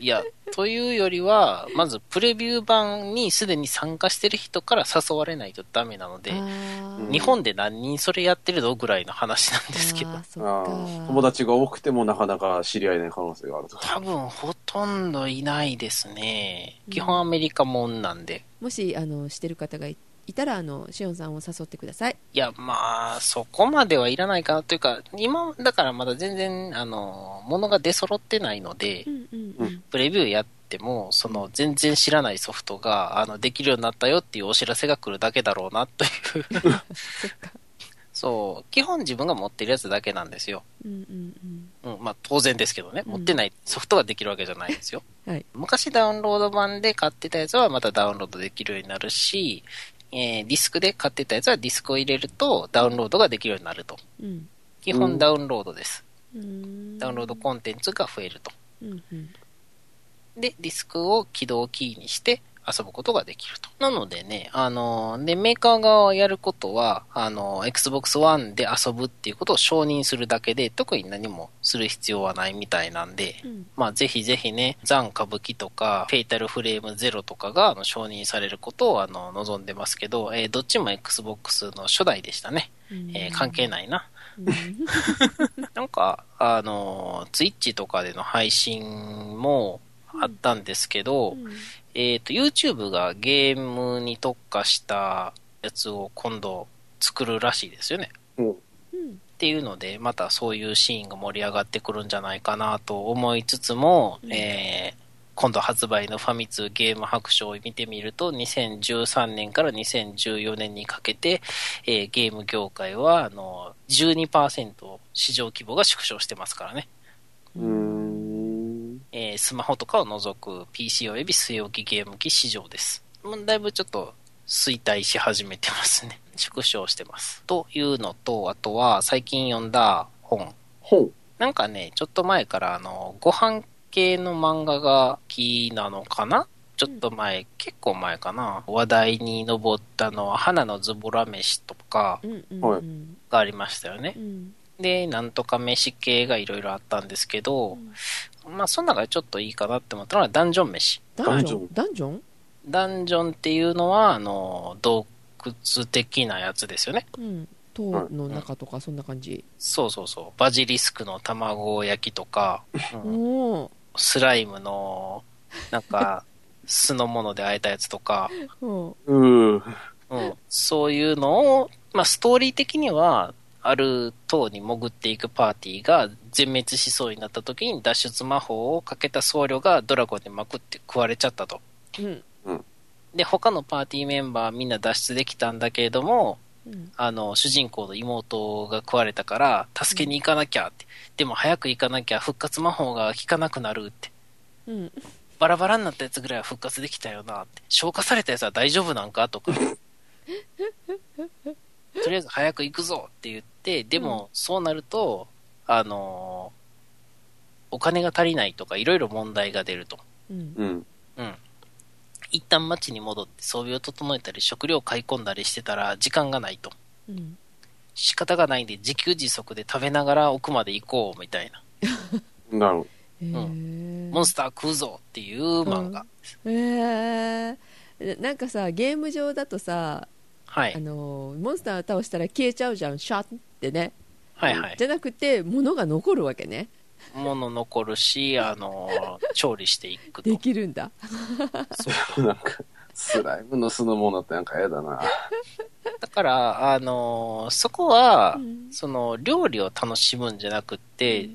B: いや、というよりは、まずプレビュー版にすでに参加してる人から誘われないとダメなので、
A: あー
B: 日本で何人それやってるのぐらいの話なんですけど
A: あー。そっ
C: あ
A: か
C: ー友達が多くてもなかなか知り合えない可能性があると。
B: 多分ほとんどいないですね
A: う。ん
B: 基本アメリカもんなんで。
A: もしあのしてる方がいいたらあのしおんさんを誘ってください
B: いや、まあ、そこまではいらないかなというか、今、だからまだ全然、あの、物が出揃ってないので、
A: んうん
C: うん
B: プレビューやっても、その、全然知らないソフト
A: [laughs]
B: が、あの、できるようになったよっていうお知らせが来るだけだろうな、という。
A: そっか
B: そう、基本自分が持ってるやつだけなんですよ。
A: うんうん
B: うん、まあ当然ですけどね、
A: うん
B: 持ってないソフトができるわけじゃないんですよ。
A: はい
B: 昔ダウンロード版で買ってたやつはまたダウンロードできるようになるし、えーディスクで買ってたやつはディスクを入れるとダウンロードができるようになると。
A: うん
B: 基
C: う
B: 本
C: ん
B: ダウンロードです。
A: うん
B: ダウンロードコンテンツが増えると。
A: うんうん
B: で、ディスクを起動キーにして遊ぶことができると。なのでね、あのー、で、メーカーがやることは、あのー、Xbox One で遊ぶっていうことを承認するだけで、特に何もする必要はないみたいなんで、
A: うん
B: まあ、ぜひぜひね、ザン歌舞伎とか、フェイタルフレームゼロとかがあの承認されることをあの望んでますけど、えーどっちも Xbox の初代でしたね。えー関係ないな。
A: うん
B: なんか、あのー、Twitch とかでの配信もあったんですけど、
A: うん
B: えっ、と、YouTube がゲームに特化したやつを今度作るらしいですよね。
C: うん。
A: うん
B: っていうので、またそういうシーンが盛り上がってくるんじゃないかなと思いつつも、
A: うん
B: えー今度発売のファミ通ゲーム白書を見てみると、2013年から2014年にかけて、えーゲーム業界は、あの、12%市場規模が縮小してますからね。
C: うーん。
B: えースマホとかを除く PC および据え置きゲーム機市場です。もうだいぶちょっと衰退し始めてますね。 [laughs] 縮小してます。というのと、あとは最近読んだ本。
C: 本。
B: なんかね、ちょっと前からあの、ご飯系の漫画が好きなのかなちょっと前、結構前かな。話題に上ったのは、花のズボラ飯とか
A: うんうん
C: はい
A: うん
B: がありましたよね
A: う。ん
B: で、なんとか飯系がいろいろあったんですけど、まあ、その中でちょっといいかなって思ったのは、ダンジョン飯。
A: ダン
C: ダン
A: ジ
C: ジ
A: ョ
C: ョ
A: ン
C: ン
A: ダンジョン
B: ダンジョンっていうのは、あの、洞窟的なやつですよね。
A: うん塔の中とかそんな感じ
B: そうそうそう。バジリスクの卵焼きとか、うん
A: お
B: スライムの、なんか、酢の物で和えたやつとか、
A: お
C: うー。
B: うん、そういうのを、まあ、ストーリー的には、ある塔に潜っていくパーティーが全滅しそうになった時に脱出魔法をかけた僧侶がドラゴンでまくって食われちゃったと。
A: うん
B: で、他のパーティーメンバーみんな脱出できたんだけれども、
A: うん
B: あの、主人公の妹が食われたから、助けに行かなきゃって。でも早く行かなきゃ復活魔法が効かなくなるって。
A: うん
B: バラバラになったやつぐらいは復活できたよなって。消化されたやつは大丈夫なんかとか。とりあえず早く行くぞって言って、でもそうなると、あのーお金が足りないとかいろいろ問題が出ると。
A: うん
C: うん。
B: うん。一旦町に戻って装備を整えたり食料を買い込んだりしてたら時間がないと。
A: うん
B: 仕方がないんで自給自足で食べながら奥まで行こうみたいな。
C: なるほ
A: へー
B: モンスター食うぞっていう漫画。
A: へえなんかさゲーム上だとさ
B: は
A: あ
B: い。
A: のモンスターを倒したら消えちゃうじゃんシャッってね
B: はいはい。
A: じゃなくて物が残るわけね
B: もの残るし、あの、調理していくと
A: で。きるんだ
C: ど。 [laughs] なんか、スライムの酢の物ってなんか嫌だな。
B: だから、あの、そこは、
A: うん
B: その、料理を楽しむんじゃなくって、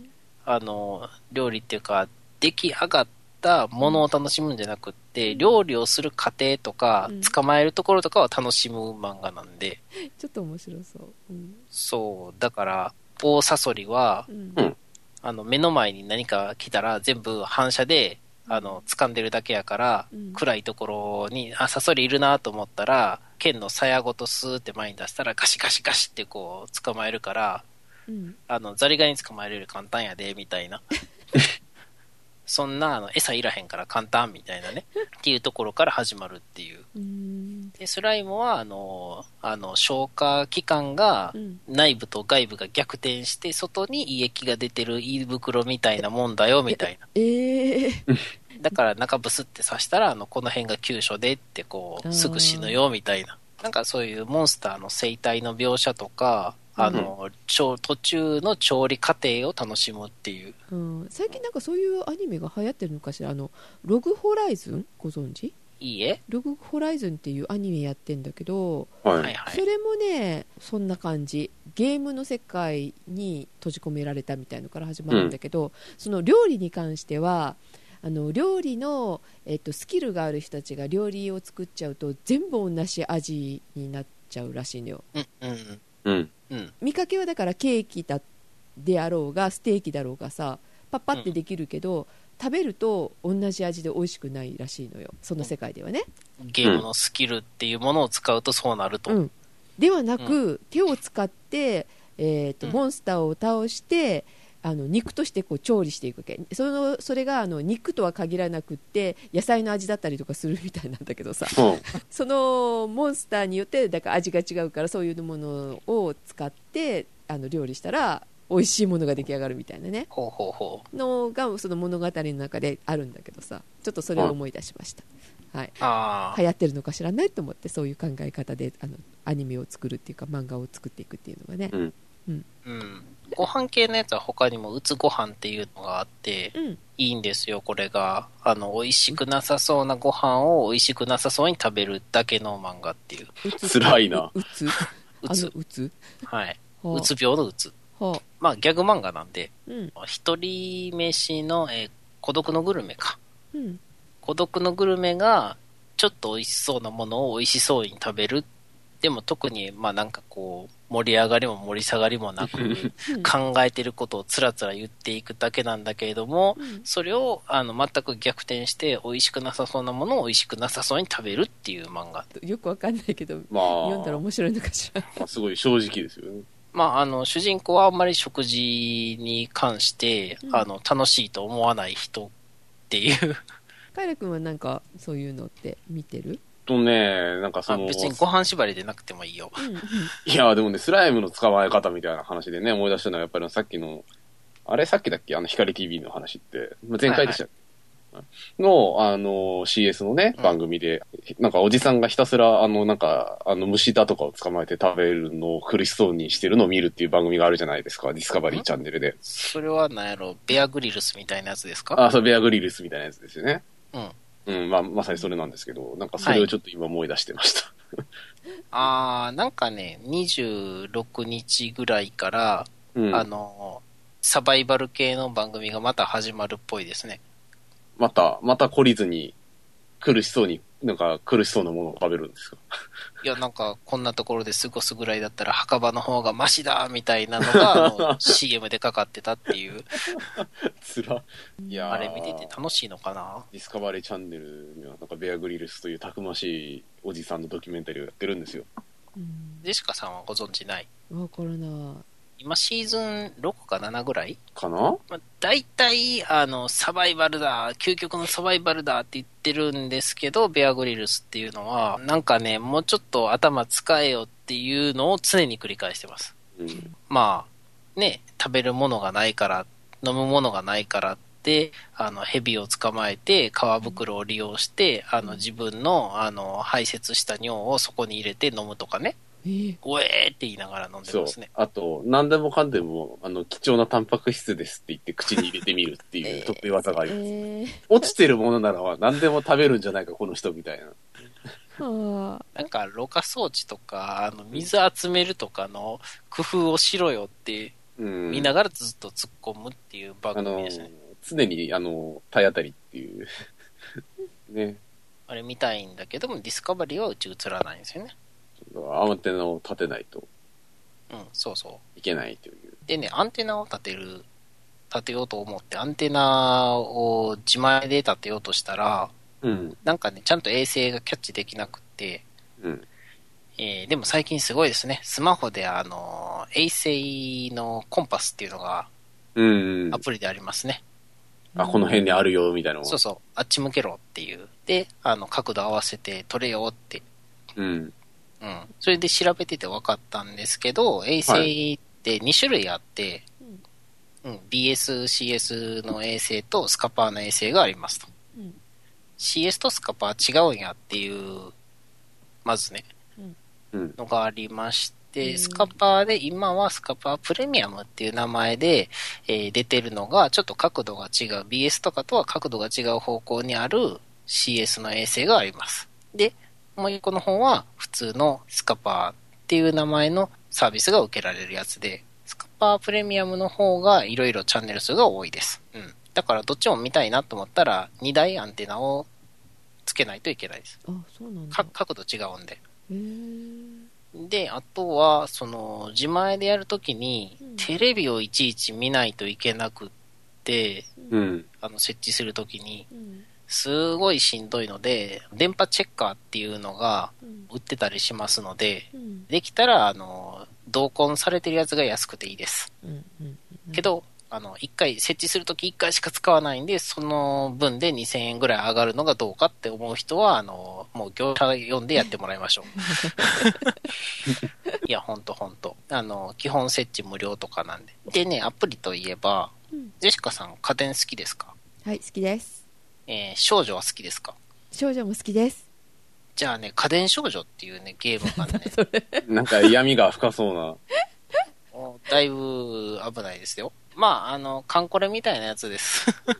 B: あの、料理っていうか、出来上がったものを楽しむんじゃなくって、料理をする過程とか
A: うん、
B: 捕まえるところとかを楽しむ漫画なんで、
A: ちょっと面白そううん
B: そう、だから、大サソリは
A: う、ん
C: うん
B: あの、目の前に何か来たら全部反射で、あの、掴んでるだけやから、
A: うん
B: 暗いところに、あ、サソリいるなと思ったら、剣の鞘ごとスーって前に出したらガシガシガシってこう、捕まえるから、
A: うん
B: あの、ザリガニ捕まえるより簡単やで、み
A: [laughs]
B: たいな。そんな、あの、餌いらへんから簡単、みたいなね。っていうところから始まるっていう。
A: うん
B: で、スライムは、あの、あの、消化器官が
A: う、ん
B: 内部と外部が逆転して、外に胃液が出てる胃袋みたいなもんだよ、
A: [laughs]
B: みたいな。
A: ええ
B: だから中ブスって刺したら、あの、この辺が急所でって、こ
A: あー
B: う、すぐ死ぬよ、みたいな。なんかそういうモンスターの生態の描写とか、あの、ちょ途中の調理過程を楽しむっていう。
A: うん最近なんかそういうアニメが流行ってるのかしらあのログホライズンご存知
B: いいえ
A: ログホライズンっていうアニメやってんだけど
C: は
B: はい
C: い。
B: はい
A: そ。れもねそんな感じゲームの世界に閉じ込められたみたいのから始まるんだけど、その料理に関してはあの料理の、えっと、スキルがある人たちが料理を作っちゃうと全部同じ味になっちゃうらしいのよ
B: うんうんうん。
C: うん。
B: うん。
A: 見かけはだからケーキだであろうがステーキだろうがさパッパってできるけど、食べると同じ味で美味しくないらしいのよその世界ではね、
B: ゲームのスキルっていうものを使うとそうなると。
A: うんではなく、手を使って、えーと
B: うん
A: モンスターを倒してあの肉としてこう調理していくわけそのそれがあの肉とは限らなくって野菜の味だったりとかするみたいなんだけどさそのモンスターによってだから味が違うからそういうものを使ってあの料理したら美味しいものが出来上がるみたいなね
B: ほうほうほう。
A: のがその物語の中であるんだけどさちょっとそれを思い出しました、はい、
B: ああ、
A: 流行ってるのか知らないと思ってそういう考え方であのアニメを作るっていうか漫画を作っていくっていうのがね
C: うん。
B: うん。ご飯系のやつは他にも、うつご飯っていうのがあって、
A: うん
B: いいんですよ、これが。あの、美味しくなさそうなご飯を美味しくなさそうに食べるだけの漫画っていう。
A: うつ
C: [laughs] 辛いな
A: うう
C: [laughs]
A: つ
B: う
A: あの
B: つ。
A: うつ
B: はい。
A: はあ
B: うつ病のうつ。
A: はあ
B: まあ、ギャグ漫画なんで、
A: うん
B: 一人飯の、えー孤独のグルメか。
A: うん
B: 孤独のグルメがちょっと美味しそうなものを美味しそうに食べるでも特にまあなんかこう盛り上がりも盛り下がりもなく
A: [laughs]
B: 考えてることをつらつら言っていくだけなんだけれども
A: うん
B: それをあの全く逆転して美味しくなさそうなものを美味しくなさそうに食べるっていう漫画
A: よくわかんないけど
C: まあ、
A: 読んだら面白いのかしら [laughs]
C: まあすごい正直ですよね。
B: まああの主人公はあんまり食事に関して
A: うん
B: あの楽しいと思わない人っていう
A: カイラ君はなんかそういうのって見てる
C: とね、なんかそ
B: あ
C: の、
B: 別にご飯縛りでなくてもいいよ
A: うんうん
C: いや、でもね、スライムの捕まえ方みたいな話でね、思い出したのは、やっぱりさっきの、あれさっきだっけあの、光 TV の話って、まあ前回でしたっけ、の、あの、CS のね
B: う、ん
C: 番組で、なんかおじさんがひたすら、あの、なんか、あの、虫だとかを捕まえて食べるのを苦しそうにしてるのを見るっていう番組があるじゃないですか、ディスカバリーチャンネルで。
B: それは何やろベアグリルスみたいなやつですか
C: あ、そう、ベアグリルスみたいなやつですよね。
B: うん
C: うん、まあ、まさにそれなんですけど、なんかそれをちょっと今思い出してました。 [laughs]
B: あーなんかね、26日ぐらいから、
C: うん。
B: あの、サバイバル系の番組がまた始まるっぽいですね。
C: また、また懲りずに、苦しそうに、なんか苦しそうなものを食べるんですか [laughs]
B: いや、なんか、こんなところで過ごすぐらいだったら墓場の方がマシだみたいなのが、あの、CM でかかってたっていう、
C: つら。 [laughs] いやー
B: あれ見てて楽しいのかな
C: ディスカバリーチャンネルには、なんかベアグリルスというたくましいおじさんのドキュメンタリーをやってるんですよ。
A: うん
B: ジェシカさんはご存知ない
A: わからない
B: 今シーズン6か7ぐらい
C: かな
B: まあ、大体、あの、サバイバルだ、究極のサバイバルだって言ってるんですけど、ベアグリルスっていうのは、なんかね、もうちょっと頭使えよっていうのを常に繰り返してます。
C: うん。
B: まあ、ね、食べるものがないから、飲むものがないからって、あの、蛇を捕まえて、皮袋を利用して、あの、自分の、あの、排泄した尿をそこに入れて飲むとかね、
A: えー
B: おえーって言いながら飲んで
C: そう
B: ますね。。
C: あと、何でもかんでも、あの、貴重なタンパク質ですって言って口に入れてみるってい
A: え
B: [laughs]
C: う
A: ー
C: 得意技があります。
A: え
C: 落ちてるものならば何でも食べるんじゃないか、この人みたいな。
A: ー、は
B: なんか、ろ過装置とか、あの、水集めるとかの工夫をしろよって
C: うん。
B: 見ながらずっと突っ込むっていう番
C: あ
B: 組
C: の
B: ですね。、
C: 常に、あの、体当たりっていう。 [laughs] ね。
B: あれ見たいんだけども、ディスカバリーはうち映らないんですよね。
C: アンテナを立てないと
B: うん、そうそ
C: いけないという。
B: う。でね、アンテナを立てる、立てようと思って、アンテナを自前で立てようとしたら、
C: うん。
B: なんかね、ちゃんと衛星がキャッチできなくて、
C: うん。
B: えーでも最近すごいですね。スマホであの、衛星のコンパスっていうのが
C: うん
B: ア。プリでありますね。
C: [laughs] あ、この辺にあるよ、みたいなもん
B: そうそう、あっち向けろっていう。で、あの、角度合わせて取れよって。
C: うん。
B: うん。それで調べてて分かったんですけど、衛星って2種類あって、うん、BS、CS の衛星とスカパーの衛星がありますと。
A: うん
B: CS とスカパーは違うんやっていう、まずね、
C: うん。
B: のがありまし
A: う
B: て、
A: ん
B: スカパーで、今はスカパープレミアムっていう名前で、えー出てるのが、ちょっと角度が違う、BS とかとは角度が違う方向にある CS の衛星があります。で、もう一個の方は、普通のスカパーっていう名前のサービスが受けられるやつで、スカパープレミアムの方がいろいろチャンネル数が多いです。うん。だからどっちも見たいなと思ったら、2台アンテナをつけないといけないです。
A: あそうなんだ
B: か角度違うんで。
A: へえー、
C: う
B: で、あとは、その、自前でやるときに
A: うん、
B: テレビをいちいち見ないといけなくって、
C: うん。
B: あの、設置するときに、
A: うん
B: すごいしんどいので、電波チェッカーっていうのが
A: うん
B: 売ってたりしますので、
A: うん
B: できたら、あの、同梱されてるやつが安くていいです。
A: うんうん
B: けど、あの、一回、設置するとき一回しか使わないんで、その分で2000円ぐらい上がるのがどうかって思う人は、あの、もう業者呼んでやってもらいましょう。 [laughs] いや、ほんとほんと。あの、基本設置無料とかなんで。でね、アプリといえば、
A: うん
B: ジェシカさん家電好きですか
A: はい好きです
B: えー少女は好きですか
A: 少女も好きです
B: じゃあね、家電少女っていうね、ゲームが
A: [laughs]
B: ね、
C: なんか闇が深そうな。
B: もうだいぶ危ないですよ。まあ、あの、カンコレみたいなやつです。
A: あ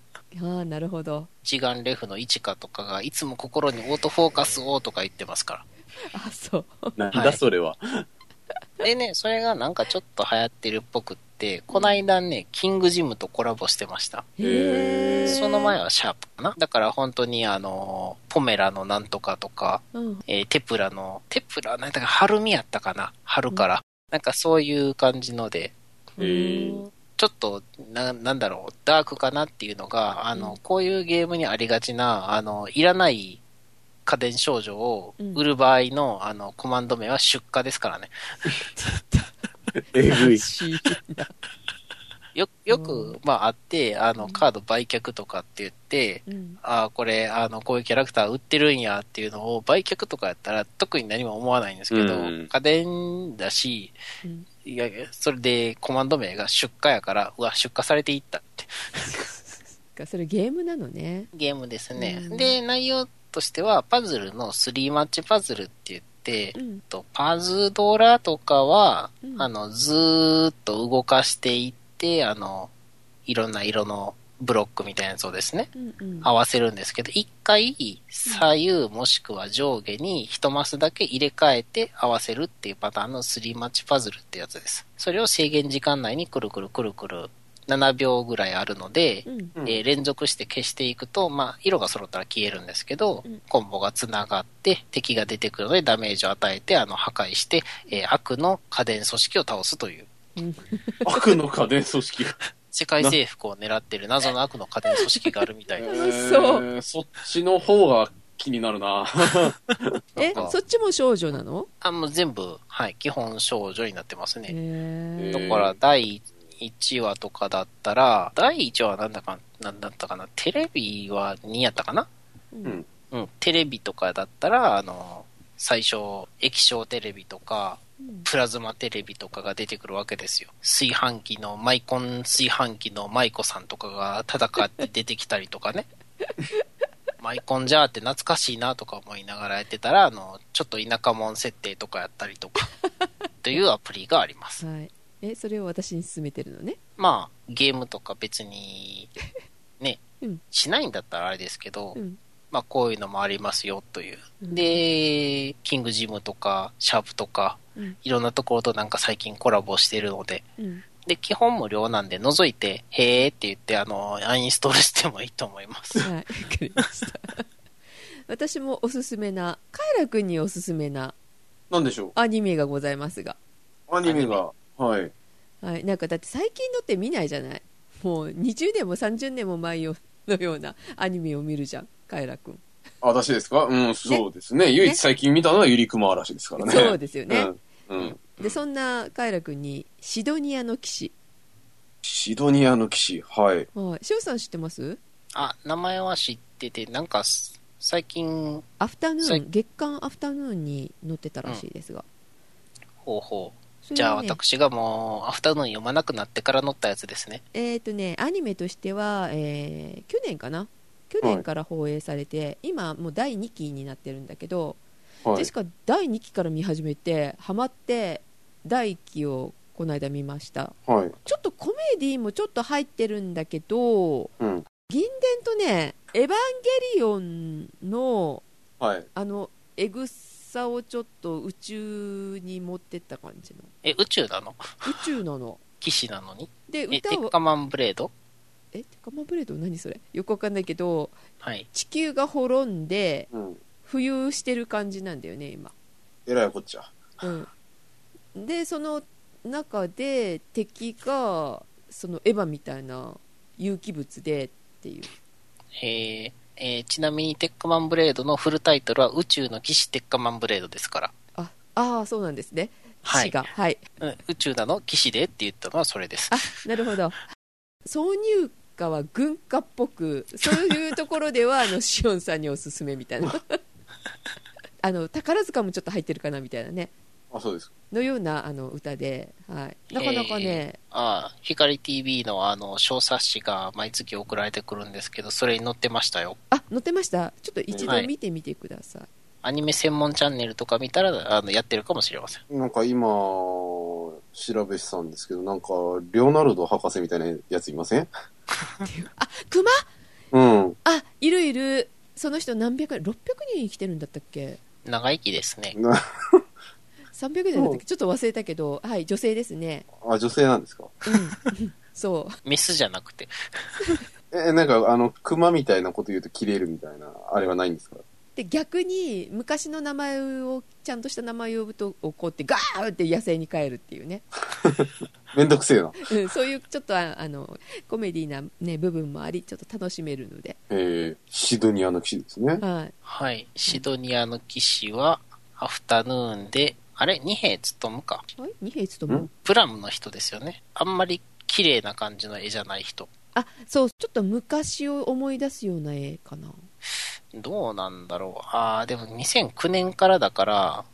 A: あなるほど
B: 一眼レフのイチカとかが、いつも心にオートフォーカスをとか言ってますか
A: あそう
C: なん
B: は
C: だ
B: い
C: それは。
B: ら。でね、それがなんかちょっと流行ってるっぽくって、こないだね、キングジムとコラボしてました。
A: へえ
B: その前はシャープかな。だから本当にあの、ポメラのなんとかとか、
A: うん
B: えーテプラの、テプラ、なんだか春見やったかな春から。なんかそういう感じので、
C: へー
B: ちょっとな、なんだろう、ダークかなっていうのが、あ
A: うん
B: の、こういうゲームにありがちな、あの、いらない家電少女を売る場合の、あの、コマンド名は出荷ですからね。
C: えぐい。
A: しい
B: よ、よ
A: う
B: く、まあ、あって、あの、カード売却とかって言って、
A: うん
B: ああ、これ、あの、こういうキャラクター売ってるんやっていうのを売却とかやったら特に何も思わないんですけど、
C: うん
B: 家電だし、
A: うん
B: いやいや、それでコマンド名が出荷やから、うわ、出荷されていったって。
A: かそれゲームなのね
B: ゲームですね。
A: うん
B: で、内容としては、パズルの3マッチパズルって言って、
A: うん
B: とパズドラとかは、
A: うん
B: あの、ずーっと動かしていって、あの、いろんな色のブロックみたいなやつをですね、
A: うんうん
B: 合わせるんですけど、一回、左右もしくは上下に一マスだけ入れ替えて合わせるっていうパターンの3マッチパズルってやつです。それを制限時間内にくるくるくるくる7秒ぐらいあるので、
A: うん
C: うん
B: えー連続して消していくと、まあ、色が揃ったら消えるんですけど、
A: うん
B: コンボが繋がって、敵が出てくるのでダメージを与えて、あの、破壊して、えー悪の家電組織を倒すという、
C: 悪の家電組織が。
B: 世界征服を狙ってる謎の悪の家電組織があるみたいな。
A: 楽し [laughs] そう
C: えーそっちの方が気になるな。 [laughs]
A: え
B: なんか
A: そっちも少女なの
B: あ、もう全部、はい、基本少女になってますね。
A: へ
C: え
B: だから、第1話とかだったら、第1話はなんだか、なんだったかな、テレビは2やったかな
A: うん
B: うん、テレビとかだったら、あの、最初、液晶テレビとか、
A: うん
B: プラズマテレビとかが出てくるわけですよ。炊飯器の、マイコン炊飯器のマイコさんとかが戦って出てきたり
A: [laughs]
B: とかね。マイコンじゃーって懐かしいなとか思いながらやってたら、あの、ちょっと田舎もん設定とかやったりとか、
A: [laughs]
B: というアプリがあります。
A: はいえそれを私に勧めてるのね
B: まあ、ゲームとか別に、ね
A: うん、
B: しないんだったらあれですけど
A: う、ん
B: まあこういうのもありますよという。
A: うん
B: で、キングジムとか、シャープとか、
A: うん
B: いろんなところとなんか最近コラボしてるので、
A: うん
B: で、基本無料なんで、覗いて、へーって言って、あの、アインストールしてもいいと思
A: [laughs]
B: います。
A: はいわかりました私もおすすめなカイラくんにおすすめな
C: なんでしょ
A: アニメがございますが
C: うアニメが。はい。
A: はい、なんかだって最近のって見ないじゃないもう20年も30年も前よのようなアニメを見るじゃんカエラくん
C: 私ですかうん、そうですね。唯一最近見たのはゆりくま嵐ですからね。
A: そうですよね、
C: うん。うん。
A: でそんなカエラくんにシドニアの騎士
C: シドニアの騎士。はい。
A: はいしおさん知ってます
B: あ、名前は知ってて、なんかす、最近、
A: アフタヌ
B: そ
A: ー
B: う
A: ン月刊アフタヌーンに載ってたらしいですが、
B: 方法。
A: そ
B: じ
A: れ
B: ゃあ
A: はね
B: 私がもう、アフタヌーン読まなくなってから乗ったやつですね。
A: えっ、とねアニメとしては、えー去年かな去年から放映されて、今もう第2期になってるんだけど、
C: は
A: ジェ
C: い
A: シ。カ第2期から見始めてハマって第1期をこの間見ました
C: はい。
A: ちょっとコメディもちょっと入ってるんだけど、
C: うん。
A: 銀伝とね、エヴァンゲリオンの
C: はい。
A: あのエグさをちょっと宇宙に持ってった感じの。
B: え、宇宙なの
A: 宇宙なの。
B: 騎士なのに
A: で、
B: え、テ
A: 歌
B: ッ
A: を、
B: カマンブレード
A: え、テカマブレード何それよくわかんないけど、
B: はい。
A: 地球が滅んで
C: うん。
A: 浮遊してる感じなんだよね、今。
C: えらいこっちゃ。
A: うん。でその中で敵がそのエヴァみたいな有機物でっていう
B: えーえーちなみにテッカマンブレードのフルタイトルは宇宙の騎士テッカマンブレードですから。
A: ああーそうなんですね
B: はい
A: 死がはい
B: うん宇宙なの騎士でって言ったのはそれです。
A: なるほど挿入歌は軍歌っぽくそういうところで
B: [laughs]
A: はあのシオンさんにおすすめみたいな [laughs] あの宝塚もちょっと入ってるかなみたいなね
C: あ、そうです。
A: のようなあの歌で、はい、なかなかね、
B: ああ、光 TV のあの、小冊子が毎月送られてくるんですけど、それに載ってましたよ。
A: あ載ってましたちょっと一度見てみてください、
B: アニメ専門チャンネルとか見たら、あの、やってるかもしれません。
C: なんか今、調べてたんですけど、なんか、レオナルド博士みたいなやついません
A: あ熊
C: うん。
A: あいるいるその人何百人600人生きてるんだったっけ
B: 長生きですね。
C: な
A: 300人だったっけちょっと忘れたけどはい女性ですね
C: [laughs] あ、女性なんですか
A: うんそう
B: メスじゃなくて。
C: え、なんか、あの、熊みたいなこと言うと切れるみたいな、あれはないんですか
A: で逆に昔の名前をちゃんとした名前を呼ぶと怒ってガーって野生に帰るっていう [laughs] ね、
C: めんどくせえな。
A: うん、そういうちょっとああのコメディなね部分もありちょっと楽しめるので、
C: えー、シドニアの騎士ですね。
A: はい、
B: はい。シドニアの騎士は、アフタヌーンで、あれ二兵務むか。
A: あれ二平つとも
C: ん
B: プラムの人ですよね。あんまり綺麗な感じの絵じゃない人。
A: あそうちょっと昔を思い出すような絵かな [laughs]
B: どうなんだろう。ああ、でも2009年からだから、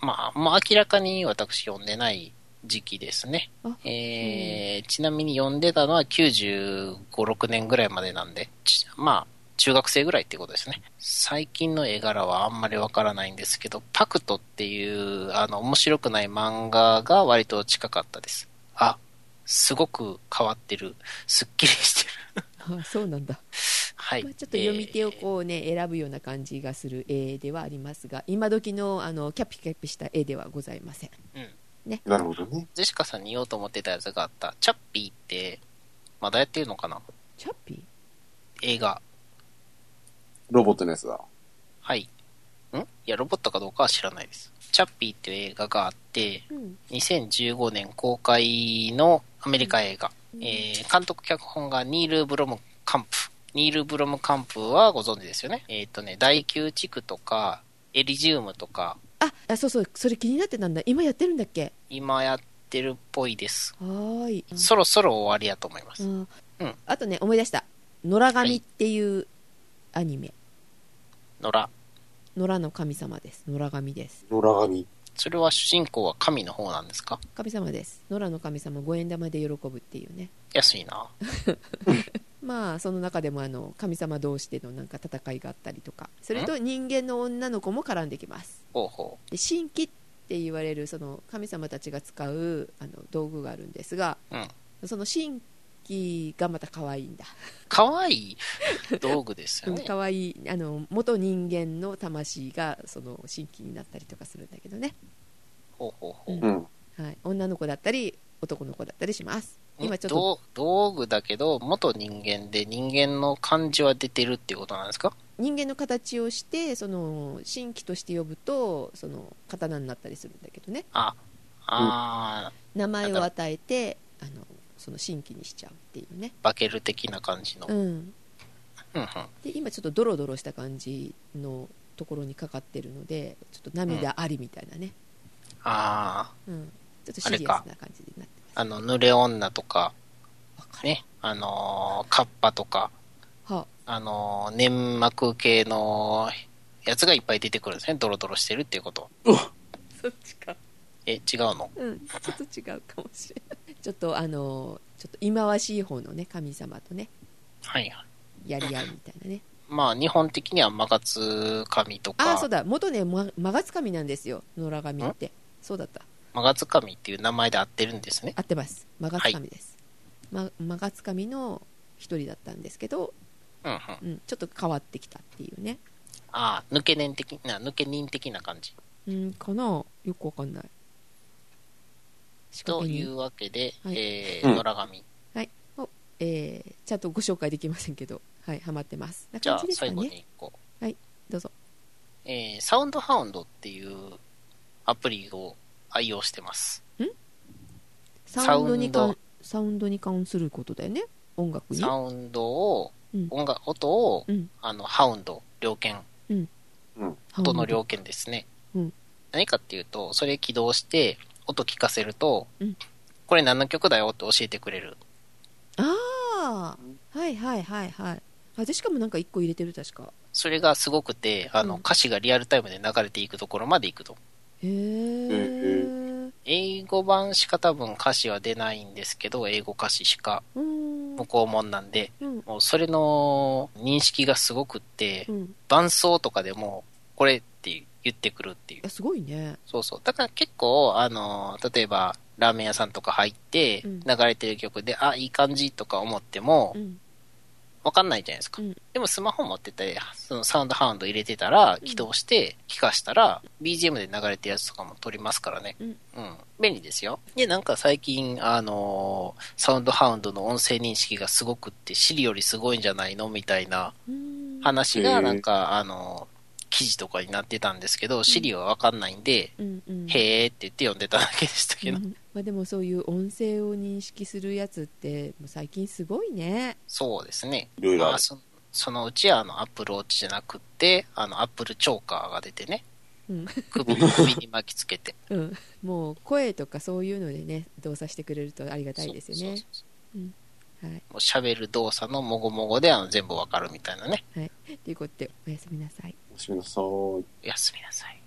B: まあ、まあ明らかに私読んでない時期ですね
A: あ。
B: えーちなみに読んでたのは95、6年ぐらいまでなんで、ちまあ、中学生ぐらいってことですね。最近の絵柄はあんまりわからないんですけど、パクトっていう、あの、面白くない漫画が割と近かったです。あ、すごく変わってる。すっきりしてる。
A: あそうなんだ
B: はい。
A: まあ、ちょっと読み手をこうね、選ぶような感じがする絵ではありますが今時のあのキャピキャピした絵ではございません
C: なるほどね。
B: ジェシカさんに言おうと思ってたやつがあった。チャッピーって、まだやってるのかな
A: チャッピー
B: 映画。
C: ロボットのやつだ。
B: はい。んいや、ロボットかどうかは知らないです。チャッピーっていう映画があって、
A: うん
B: 2015年公開のアメリカ映画。えー、監督脚本がニール・ブロムカンプ。ニール・ブロムカンプはご存知ですよね。えっ、とね、第9地区とか、エリジウムとか、
A: ああそうそうそれ気になってたんだ今やってるんだっけ
B: 今やってるっぽいです。
A: はーい
B: そろそろ終わりやと思いま
A: う
B: す。
A: ん
B: うん
A: あとね思い出した「野良神」っていうアニメ、
B: 野良。
A: 野良の神様です野良神です
C: 野良神。
B: それは主人公は神の方なんですか
A: 神様です野良の神様五円玉で喜ぶっていうね
B: 安いな。
A: まあその中でもあの神様同士でのなんか戦いがあったりとかそれと人間の女の子も絡んできます
B: ほうほ
A: で神器って言われるその神様たちが使うあの道具があるんですが、その神器がまた可愛いんだ、
B: う。かわいい道具です
A: う
B: よ
A: ん、
B: ね。
A: 可愛いあの元人間の魂がその神器になったりとかするんだけどね、
B: ほうほうほう。
C: うん。
A: はい、女の子だったり男の子だったりします今ちょっと
B: 道道具だけど、元人間で人間の感じは出てるっていうことなんですか
A: 人間の形をしてその神器として呼ぶとその刀になったりするんだけどね
B: あ、あー、
A: 名前を与えてあのその神器にしちゃうっていうね、
B: バケル的な感じの。う
A: うんん、
B: うん。
A: で今ちょっとドロドロした感じのところにかかってるのでちょっと涙ありみたいなね、
B: あ
A: うんちょっとシリアスな感じになって
B: ー、あの、濡れ女とか、
A: ますわかる
B: ね、あのー、カッパとか、
A: は
B: あのー、粘膜系のやつがいっぱい出てくるんですね。ドロドロしてるっていうことは。
A: そっちか
B: え、違うの
A: うんちょっと違うかもしれないちょっとあのちょっと忌まわしい方のね神様とね
B: はいはい。
A: やり合うみたいなね
B: まあ、日本的にはマガツ神と
A: ああ
B: か
A: そう、だ元ねまマガツ神なんですよ野良神ってそうだった
B: マガツ神っていう名前で合ってるんですね。
A: 合ってますマガツ神です、まマガツ神の一人だったんですけど、
B: うんうん。
A: うん、ちょっと変わってきたっていうね
B: ああ、抜け人的な、抜け人的な感じ。
A: うんかなよくわかんない仕
B: と
A: 掛け
B: い
A: 人、
B: うわけで、
A: はい
B: え
C: う
B: ー、
C: ん
B: 野良神。
A: えーちゃんとご紹介できませんけどはいハマってますな
B: じゃ
A: 感
B: あ
A: じ、ですか
B: 最後
A: ね
B: に1個。
A: どうぞ
B: えー、サウンドハウンドっていうアプリを愛用してます。
A: サウンドに
B: サウン
A: 関サウンドに関することだよね音楽に
B: サウンドを、
A: うん
B: 音楽、音を、
A: うん
B: あの、ハウンド、猟犬、音の猟犬ですね。
A: うん
B: 何かっていうと、それ起動して、音聞かせると、
A: うん
B: これ何の曲だよって教えてくれる。
A: ああはいはいはいはいあでしかもなんか1個入れてる確か
B: それがすごくて、あの、
A: うん
B: 歌詞がリアルタイムで流れていくところまで行くと。
A: へえ
B: 英語版しか多分歌詞は出ないんですけど、英語歌詞しか
A: うん
B: 向こうもんなんで、
A: うん
B: もうそれの認識がすごくって
A: う、ん
B: 伴奏とかでも、これって言ってくるっていう
A: い。やすごいね
B: そうそう。だから結構、あの、例えば、ラーメン屋さんとか入って、
A: うん
B: 流れてる曲で、あ、いい感じとか思っても
A: う、ん
B: わかんないじゃないですか。
A: うん
B: でもスマホ持ってたり、そのサウンドハウンド入れてたら、
A: ん
B: 起動して、聞かしたら、BGM で流れてるやつとかも撮りますからね。
A: うん
B: 便利ですよ。で、なんか最近、あのーサウンドハウンドの音声認識がすごくって、Siri よりすごいんじゃないのみたいな
A: うん
B: 話
C: へ
B: が、
C: ー
B: なんか、あのー記事とかになってたんですけど、Siri はわかんないんで、
A: うんうん
B: へーって言って読んでただけでしたけど、
A: うんまあ、でもそういう音声を認識するやつってもう最近すごいね
B: そうですね。
C: いろいろある
B: まあ、そそのうちはあのアップルウォッチじゃなくて、あのアップルチョーカーが出てね、
A: うん
B: 首首に巻きつ
A: [laughs]
B: けて。
A: うん、もう声とかそういうのでね動作してくれるとありがたいですよね
B: そうそうそう
A: はい
B: もう喋る動作のもごもごであの全部わかるみたいなね。
A: ということでおやすみなさい
C: おやすみなさーい。
B: おやすみなさい。